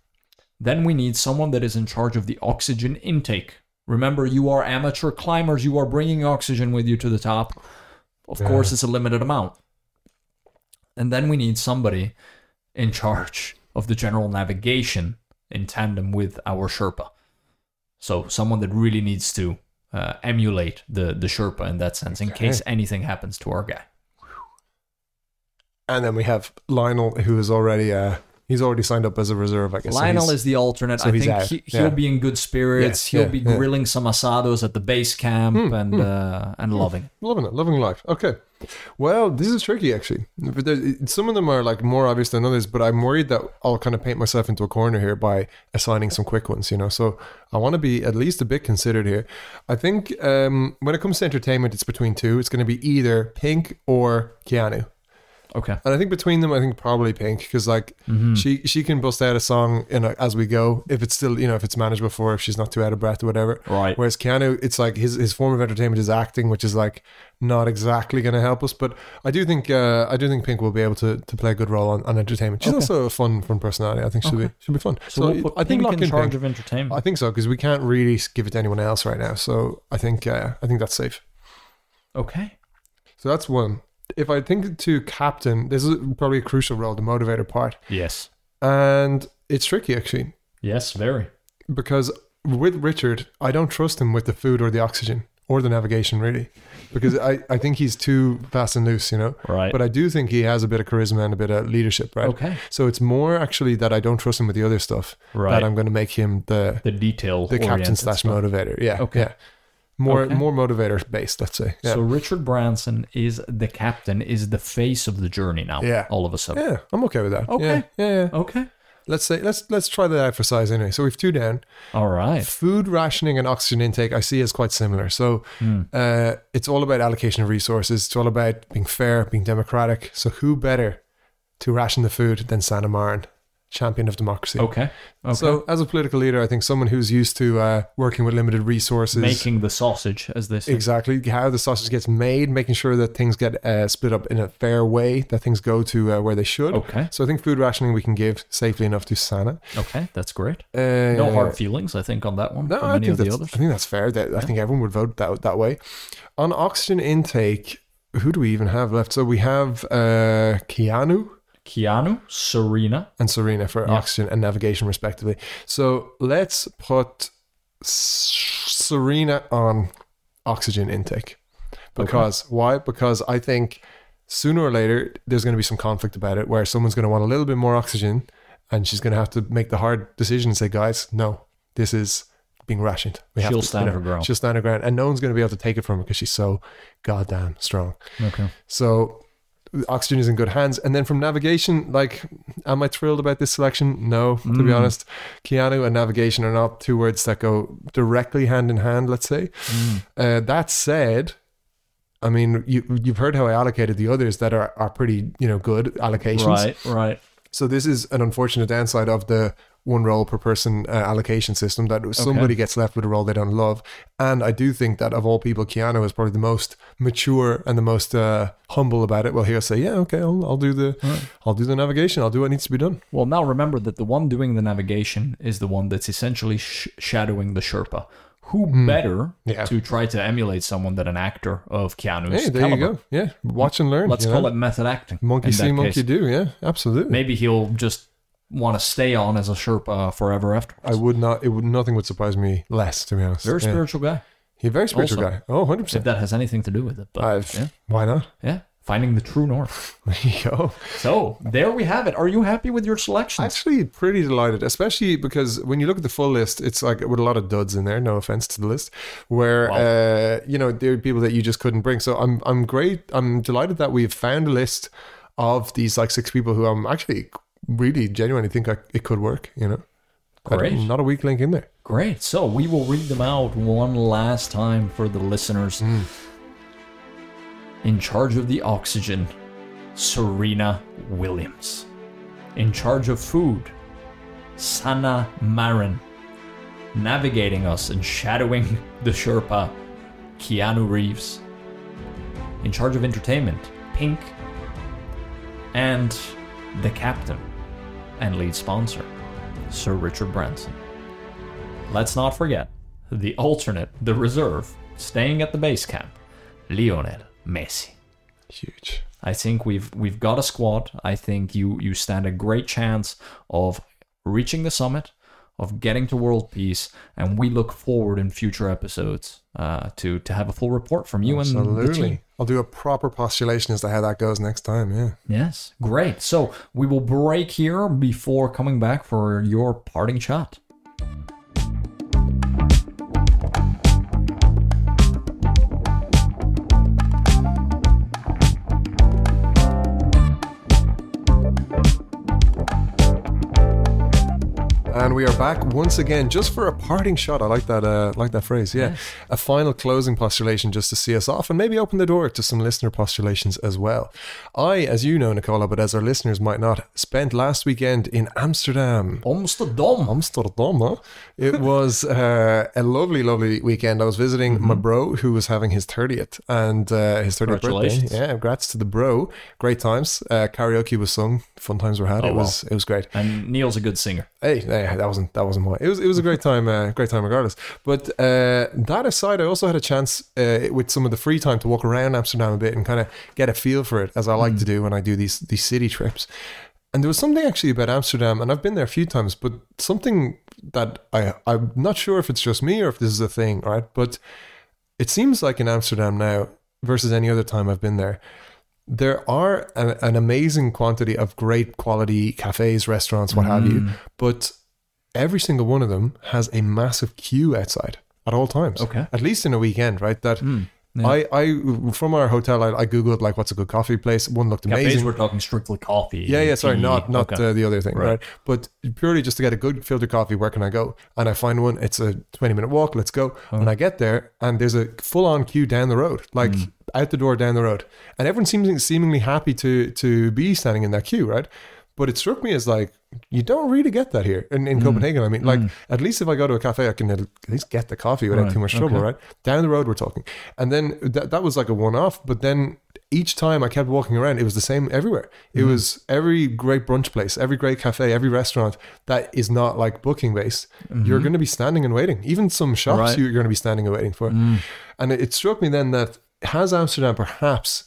[SPEAKER 2] Then we need someone that is in charge of the oxygen intake. Remember, you are amateur climbers, you are bringing oxygen with you to the top. Of course, it's a limited amount. And then we need somebody in charge of the general navigation in tandem with our Sherpa. So someone that really needs to uh, emulate the the Sherpa in that sense, in case anything happens to our guy.
[SPEAKER 1] And then we have Lionel, who is already uh, he's already signed up as a reserve. I guess So
[SPEAKER 2] Lionel
[SPEAKER 1] he's-
[SPEAKER 2] is the alternate. I
[SPEAKER 1] he's
[SPEAKER 2] think
[SPEAKER 1] out,
[SPEAKER 2] he,
[SPEAKER 1] yeah.
[SPEAKER 2] he'll be in good spirits.
[SPEAKER 1] Yeah,
[SPEAKER 2] he'll
[SPEAKER 1] yeah,
[SPEAKER 2] be
[SPEAKER 1] yeah. Hmm,
[SPEAKER 2] grilling some asados at the base camp and Uh, and loving. it.
[SPEAKER 1] Loving it, loving life. Okay. Well, this is tricky actually. But there- some of them are like more obvious than others, but I'm worried that I'll kind of paint myself into a corner here by assigning some quick ones, you know. So I want to be at least a bit considered here. I think um, when it comes to entertainment, it's between two. It's going to be either Pink or Keanu.
[SPEAKER 2] Okay.
[SPEAKER 1] And I think between them, I think probably Pink because like she she can bust out a song in a, as we go if it's still you know if it's managed before if she's not too out of breath or whatever.
[SPEAKER 2] Right.
[SPEAKER 1] Whereas Keanu, it's like his his form of entertainment is acting, which is like not exactly going to help us. But I do think uh, I do think Pink will be able to, to play a good role on, on entertainment. She's also a fun fun personality. I think she'll be she'll be fun.
[SPEAKER 2] So, we'll put
[SPEAKER 1] I think
[SPEAKER 2] Pink
[SPEAKER 1] lock
[SPEAKER 2] in
[SPEAKER 1] in
[SPEAKER 2] charge
[SPEAKER 1] Pink.
[SPEAKER 2] of entertainment.
[SPEAKER 1] I think so because we can't really give it to anyone else right now. So I think uh, I think that's safe.
[SPEAKER 2] okay.
[SPEAKER 1] So that's one. If I think to captain, this is probably a crucial role, the motivator part.
[SPEAKER 2] Yes.
[SPEAKER 1] And it's tricky actually,
[SPEAKER 2] Yes. Very.
[SPEAKER 1] because with Richard, I don't trust him with the food or the oxygen or the navigation really. Because I, I think he's too fast and loose, you know.
[SPEAKER 2] Right.
[SPEAKER 1] But I do think he has a bit of charisma and a bit of leadership, right?
[SPEAKER 2] okay.
[SPEAKER 1] So it's more actually that I don't trust him with the other stuff
[SPEAKER 2] Right.
[SPEAKER 1] that I'm gonna make him the
[SPEAKER 2] the detail.
[SPEAKER 1] the captain
[SPEAKER 2] oriented
[SPEAKER 1] slash
[SPEAKER 2] stuff.
[SPEAKER 1] motivator. Yeah.
[SPEAKER 2] Okay.
[SPEAKER 1] Yeah. More
[SPEAKER 2] Okay.
[SPEAKER 1] more motivator based, let's say. Yeah.
[SPEAKER 2] So Richard Branson is the captain, is the face of the journey now.
[SPEAKER 1] Yeah.
[SPEAKER 2] All of a sudden.
[SPEAKER 1] yeah, I'm okay with that.
[SPEAKER 2] Okay.
[SPEAKER 1] Yeah, yeah, yeah.
[SPEAKER 2] Okay.
[SPEAKER 1] Let's say let's let's try that out for size anyway. So we've two down.
[SPEAKER 2] All right.
[SPEAKER 1] Food rationing and oxygen intake I see as quite similar. So
[SPEAKER 2] Hmm.
[SPEAKER 1] uh, it's all about allocation of resources. It's all about being fair, being democratic. So who better to ration the food than Santa Marin, champion of democracy?
[SPEAKER 2] Okay. Oh, Okay.
[SPEAKER 1] So as a political leader, I think someone who's used to uh, working with limited resources,
[SPEAKER 2] Making the sausage, as they say.
[SPEAKER 1] exactly how the sausage gets made, making sure that things get uh, split up in a fair way, that things go to uh, where they should.
[SPEAKER 2] Okay.
[SPEAKER 1] So I think food rationing we can give safely enough to Santa.
[SPEAKER 2] Okay. That's great.
[SPEAKER 1] Uh,
[SPEAKER 2] No hard feelings, I think, on that one.
[SPEAKER 1] No,
[SPEAKER 2] from
[SPEAKER 1] I
[SPEAKER 2] any
[SPEAKER 1] think,
[SPEAKER 2] of the
[SPEAKER 1] that's,
[SPEAKER 2] others.
[SPEAKER 1] I think that's fair. That I think everyone would vote that that way. On oxygen intake, who do we even have left? So we have uh, Keanu
[SPEAKER 2] Keanu, Serena.
[SPEAKER 1] and Serena for
[SPEAKER 2] Yeah.
[SPEAKER 1] oxygen and navigation, respectively. So let's put S- Serena on oxygen intake because why? Because I think sooner or later there's going to be some conflict about it where someone's going to want a little bit more oxygen, and she's going to have to make the hard decision and say, "Guys, no, this is." Being rationed. We
[SPEAKER 2] She'll
[SPEAKER 1] to,
[SPEAKER 2] stand her ground.
[SPEAKER 1] She'll stand her ground, and no one's going to be able to take it from her because she's so goddamn strong.
[SPEAKER 2] Okay.
[SPEAKER 1] So oxygen is in good hands. And then from navigation, like, am I thrilled about this selection? No, to be honest. Keanu and navigation are not two words that go directly hand in hand, let's say. Uh, that said, I mean, you, you've heard how I allocated the others that are, are pretty, you know, good allocations.
[SPEAKER 2] Right, right.
[SPEAKER 1] So this is an unfortunate downside of the one role per person uh, allocation system that somebody gets left with a role they don't love. And I do think that of all people, Keanu is probably the most mature and the most uh, humble about it. Well, he'll say, "Yeah, okay, I'll, I'll do the, I'll do the navigation. I'll do what needs to be done."
[SPEAKER 2] Well, now remember that the one doing the navigation is the one that's essentially sh- shadowing the Sherpa, who better
[SPEAKER 1] Hmm. Yeah.
[SPEAKER 2] to try to emulate someone than an actor of Keanu's
[SPEAKER 1] Hey, there
[SPEAKER 2] caliber?
[SPEAKER 1] you go. Yeah, watch and learn.
[SPEAKER 2] Let's
[SPEAKER 1] you
[SPEAKER 2] call
[SPEAKER 1] know?
[SPEAKER 2] it method acting.
[SPEAKER 1] monkey
[SPEAKER 2] in
[SPEAKER 1] see,
[SPEAKER 2] that
[SPEAKER 1] monkey
[SPEAKER 2] case.
[SPEAKER 1] do. Yeah, absolutely.
[SPEAKER 2] Maybe he'll just want to stay on as a Sherpa forever after.
[SPEAKER 1] I would not. It would nothing would sururprise me less, to be honest.
[SPEAKER 2] Very
[SPEAKER 1] Yeah.
[SPEAKER 2] spiritual guy.
[SPEAKER 1] He's a very spiritual
[SPEAKER 2] Also.
[SPEAKER 1] guy. Oh, 100
[SPEAKER 2] If
[SPEAKER 1] percent.
[SPEAKER 2] that has anything to do with it, but
[SPEAKER 1] Uh,
[SPEAKER 2] yeah,
[SPEAKER 1] Why not? [laughs]
[SPEAKER 2] yeah, finding the true north.
[SPEAKER 1] There you go.
[SPEAKER 2] So there we have it. Are you happy with your selections?
[SPEAKER 1] Actually, pretty delighted, especially because when you look at the full list, it's like with a lot of duds in there. No offense to the list, where uh, you know there are people that you just couldn't bring. So I'm I'm great. I'm delighted that we've found a list of these like six people who I'm actually really genuinely think I, it could work. You know, But
[SPEAKER 2] Great.
[SPEAKER 1] not a weak link in there.
[SPEAKER 2] Great. So we will read them out one last time for the listeners. In charge of the oxygen, Serena Williams. In charge of food, Sana Marin. Navigating us and shadowing [laughs] the Sherpa, Keanu Reeves. In charge of entertainment, Pink. And the captain and lead sponsor, Sir Richard Branson. Let's not forget the alternate, the reserve, staying at the base camp, Lionel Messi.
[SPEAKER 1] Huge.
[SPEAKER 2] I think we've we've got a squad. I think you you stand a great chance of reaching the summit, of getting to world peace, and we look forward in future episodes uh, to to have a full report from you and Um, the team.
[SPEAKER 1] Absolutely. I'll do a proper postulation as to how that goes next time. Yeah.
[SPEAKER 2] Yes, great. So we will break here before coming back for your parting shot.
[SPEAKER 1] And we are back once again, just for a parting shot. I like that. Uh, like that phrase. Yeah, a final closing postulation, just to see us off, and maybe open the door to some listener postulations as well. I, as you know, Nicola, but as our listeners might not, spent last weekend in Amsterdam.
[SPEAKER 2] Amsterdam.
[SPEAKER 1] Amsterdam. Huh? It was uh, a lovely, lovely weekend. I was visiting my bro who was having his 30th and uh, his 30th birthday.
[SPEAKER 2] Congratulations.
[SPEAKER 1] Yeah, congrats to the bro. Great times. Uh, karaoke was sung. Fun times were had. it was it was great.
[SPEAKER 2] And Neil's a good singer.
[SPEAKER 1] Hey, hey, that wasn't that wasn't why. It was it was a great time, uh, great time regardless. But uh, that aside, I also had a chance uh, with some of the free time to walk around Amsterdam a bit and kind of get a feel for it, as I like to do when I do these these city trips. And there was something actually about Amsterdam, and I've been there a few times, but something that I I'm not sure if it's just me or if this is a thing, right? But it seems like in Amsterdam now versus any other time I've been there, there are an, an amazing quantity of great quality cafes, restaurants, what have
[SPEAKER 2] Mm.
[SPEAKER 1] you, but every single one of them has a massive queue outside at all times.
[SPEAKER 2] Okay. Mm.
[SPEAKER 1] At least in a weekend, right? That I, I, from our hotel, I, I Googled like, what's a good coffee place? One looked
[SPEAKER 2] Cafes,
[SPEAKER 1] amazing.
[SPEAKER 2] we're talking strictly coffee.
[SPEAKER 1] Yeah, yeah. Sorry,
[SPEAKER 2] tea.
[SPEAKER 1] not not
[SPEAKER 2] E. Okay.
[SPEAKER 1] uh, the other thing,
[SPEAKER 2] Right.
[SPEAKER 1] right. But purely just to get a good filter coffee. Where can I go? And I find one. It's a twenty minute walk. Let's go.
[SPEAKER 2] Oh.
[SPEAKER 1] And I get there, and there's a full on queue down the road, like
[SPEAKER 2] Mm.
[SPEAKER 1] out the door down the road, and everyone seems seemingly happy to to be standing in that queue, right? But it struck me as like you don't really get that here in, in
[SPEAKER 2] Mm.
[SPEAKER 1] Copenhagen. I mean, like at least if I go to a cafe, I can at least get the coffee without
[SPEAKER 2] Right,
[SPEAKER 1] too much trouble,
[SPEAKER 2] okay.
[SPEAKER 1] right? Down the road, we're talking, and then that that was like a one off. But then each time I kept walking around, it was the same everywhere. It was every great brunch place, every great cafe, every restaurant that is not like booking based. You're going to be standing and waiting. Even some shops,
[SPEAKER 2] Right.
[SPEAKER 1] you're going to be standing and waiting for. And it, it struck me then that has Amsterdam perhaps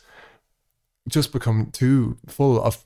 [SPEAKER 1] just become too full of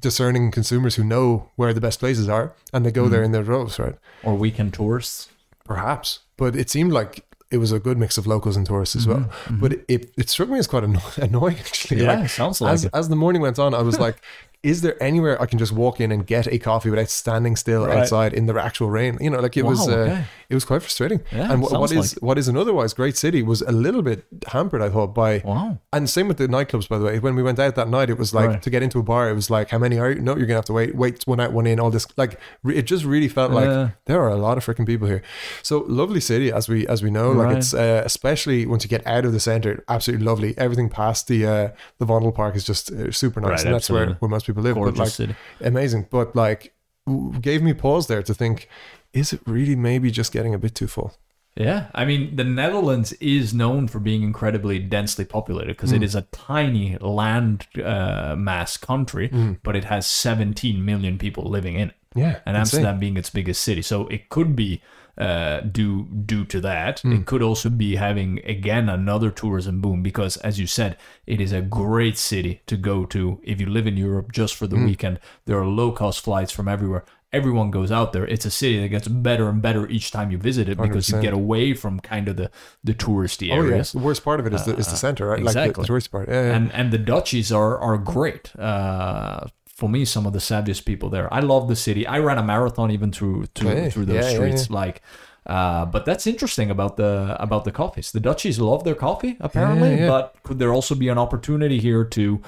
[SPEAKER 1] discerning consumers who know where the best places are and they go there in their droves, right?
[SPEAKER 2] Or weekend tourists.
[SPEAKER 1] Perhaps. But it seemed like it was a good mix of locals and tourists as well. But it, it, struck me as quite anno- [laughs] annoying, actually.
[SPEAKER 2] Mm-hmm, Yeah,
[SPEAKER 1] Like,
[SPEAKER 2] sounds like
[SPEAKER 1] as,
[SPEAKER 2] it.
[SPEAKER 1] as the morning went on, I was
[SPEAKER 2] [laughs]
[SPEAKER 1] like, is there anywhere I can just walk in and get a coffee without standing still
[SPEAKER 2] Right.
[SPEAKER 1] outside in the actual rain? You know, like it was, uh,
[SPEAKER 2] Wow, okay.
[SPEAKER 1] it was quite frustrating.
[SPEAKER 2] Yeah,
[SPEAKER 1] and wh- what
[SPEAKER 2] sounds
[SPEAKER 1] is what is an otherwise great city was a little bit hampered, I thought, by
[SPEAKER 2] Wow.
[SPEAKER 1] and same with the nightclubs, by the way. When we went out that night, it was like
[SPEAKER 2] Right.
[SPEAKER 1] to get into a bar, it was like, how many are you? No, you're gonna have to wait, wait, one out, one in, all this. Like, re- it just really felt
[SPEAKER 2] Yeah.
[SPEAKER 1] like there are a lot of freaking people here. So lovely city, as we as we know.
[SPEAKER 2] Right.
[SPEAKER 1] Like it's uh, especially once you get out of the center, absolutely lovely. Everything past the uh, the Vondel Park is just uh, super nice,
[SPEAKER 2] Right,
[SPEAKER 1] and that's
[SPEAKER 2] absolutely.
[SPEAKER 1] where where most people live.
[SPEAKER 2] Gorgeous
[SPEAKER 1] but like,
[SPEAKER 2] city.
[SPEAKER 1] amazing. But like, w- gave me pause there to think, is it really maybe just getting a bit too full?
[SPEAKER 2] Yeah, I mean, the Netherlands is known for being incredibly densely populated because
[SPEAKER 1] Mm.
[SPEAKER 2] it is a tiny
[SPEAKER 1] Mm.
[SPEAKER 2] land uh, mass country, but it has 17 million people living in it.
[SPEAKER 1] Yeah,
[SPEAKER 2] and
[SPEAKER 1] insane.
[SPEAKER 2] Amsterdam being its biggest city. So it could be uh, due due to that.
[SPEAKER 1] Hmm.
[SPEAKER 2] It could also be having again another tourism boom because, as you said, it is a great city to go to if you live in Europe just for the
[SPEAKER 1] Hmm.
[SPEAKER 2] weekend. There are low cost flights from everywhere. Everyone goes out there. It's a city that gets better and better each time you visit it because you
[SPEAKER 1] 100%.
[SPEAKER 2] get away from kind of the the touristy
[SPEAKER 1] Oh yeah,
[SPEAKER 2] areas
[SPEAKER 1] the worst part of it is the, is the center, right? Like the-
[SPEAKER 2] uh, exactly.
[SPEAKER 1] the tourist part. Yeah, yeah.
[SPEAKER 2] and and the Dutchies are are great. Uh, for me, some of the savviest people there. I love the city. I ran a marathon even through through,
[SPEAKER 1] Hey,
[SPEAKER 2] through those
[SPEAKER 1] yeah, yeah,
[SPEAKER 2] streets. Like, uh, but that's interesting about the about the coffees. The Dutchies love their coffee apparently,
[SPEAKER 1] Yeah, yeah.
[SPEAKER 2] but could there also be an opportunity here to?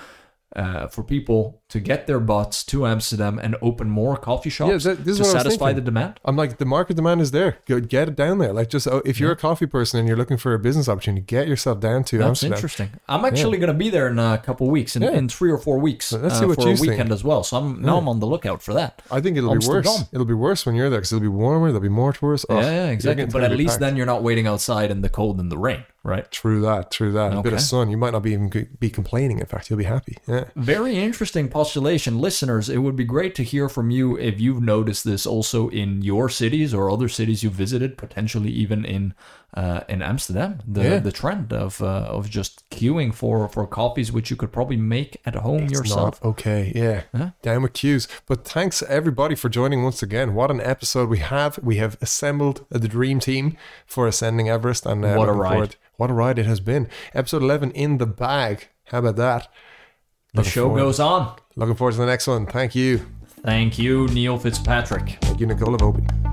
[SPEAKER 2] Uh, for people to get their butts to Amsterdam and open more coffee shops
[SPEAKER 1] that- this is
[SPEAKER 2] to
[SPEAKER 1] what I was
[SPEAKER 2] satisfy the
[SPEAKER 1] thinking.
[SPEAKER 2] demand.
[SPEAKER 1] I'm like the market demand is there. Go get it down there. Like just oh, if you're a coffee person and you're looking for a business opportunity, get yourself down to
[SPEAKER 2] That's
[SPEAKER 1] Amsterdam.
[SPEAKER 2] interesting. I'm actually going to be there in a couple weeks, in,
[SPEAKER 1] Yeah.
[SPEAKER 2] in three or four weeks, uh,
[SPEAKER 1] let's see what
[SPEAKER 2] for a
[SPEAKER 1] you think.
[SPEAKER 2] weekend as well. So I'm now I'm on the lookout for that.
[SPEAKER 1] I think it'll be worse.
[SPEAKER 2] Amsterdam.
[SPEAKER 1] It'll be worse when you're there because it'll be warmer. There'll be more tourists. Oh,
[SPEAKER 2] Yeah, yeah,
[SPEAKER 1] you're
[SPEAKER 2] exactly.
[SPEAKER 1] getting-
[SPEAKER 2] But
[SPEAKER 1] it'll
[SPEAKER 2] at
[SPEAKER 1] be
[SPEAKER 2] least
[SPEAKER 1] packed.
[SPEAKER 2] then you're not waiting outside in the cold and the rain, right?
[SPEAKER 1] True that, true that. A bit
[SPEAKER 2] Okay.
[SPEAKER 1] of sun. You might not be even g- be complaining. In fact, you'll be happy. Yeah.
[SPEAKER 2] Very interesting postulation. Listeners, it would be great to hear from you if you've noticed this also in your cities or other cities you visited, potentially even in uh, in Amsterdam. The
[SPEAKER 1] Yeah.
[SPEAKER 2] the trend of uh, of just queuing for for coffees which you could probably make at home
[SPEAKER 1] It's
[SPEAKER 2] yourself.
[SPEAKER 1] not okay. Yeah. Down with cues. But thanks everybody for joining once again. What an episode we have. We have assembled the dream team for ascending Everest and uh,
[SPEAKER 2] What a
[SPEAKER 1] looking
[SPEAKER 2] ride.
[SPEAKER 1] forward- What a ride it has been. Episode 11 in the bag. How about that?
[SPEAKER 2] the show
[SPEAKER 1] forward.
[SPEAKER 2] goes on.
[SPEAKER 1] Looking forward to the next one. Thank you.
[SPEAKER 2] Thank you, Neil Fitzpatrick.
[SPEAKER 1] Thank you, Nicola Vobin.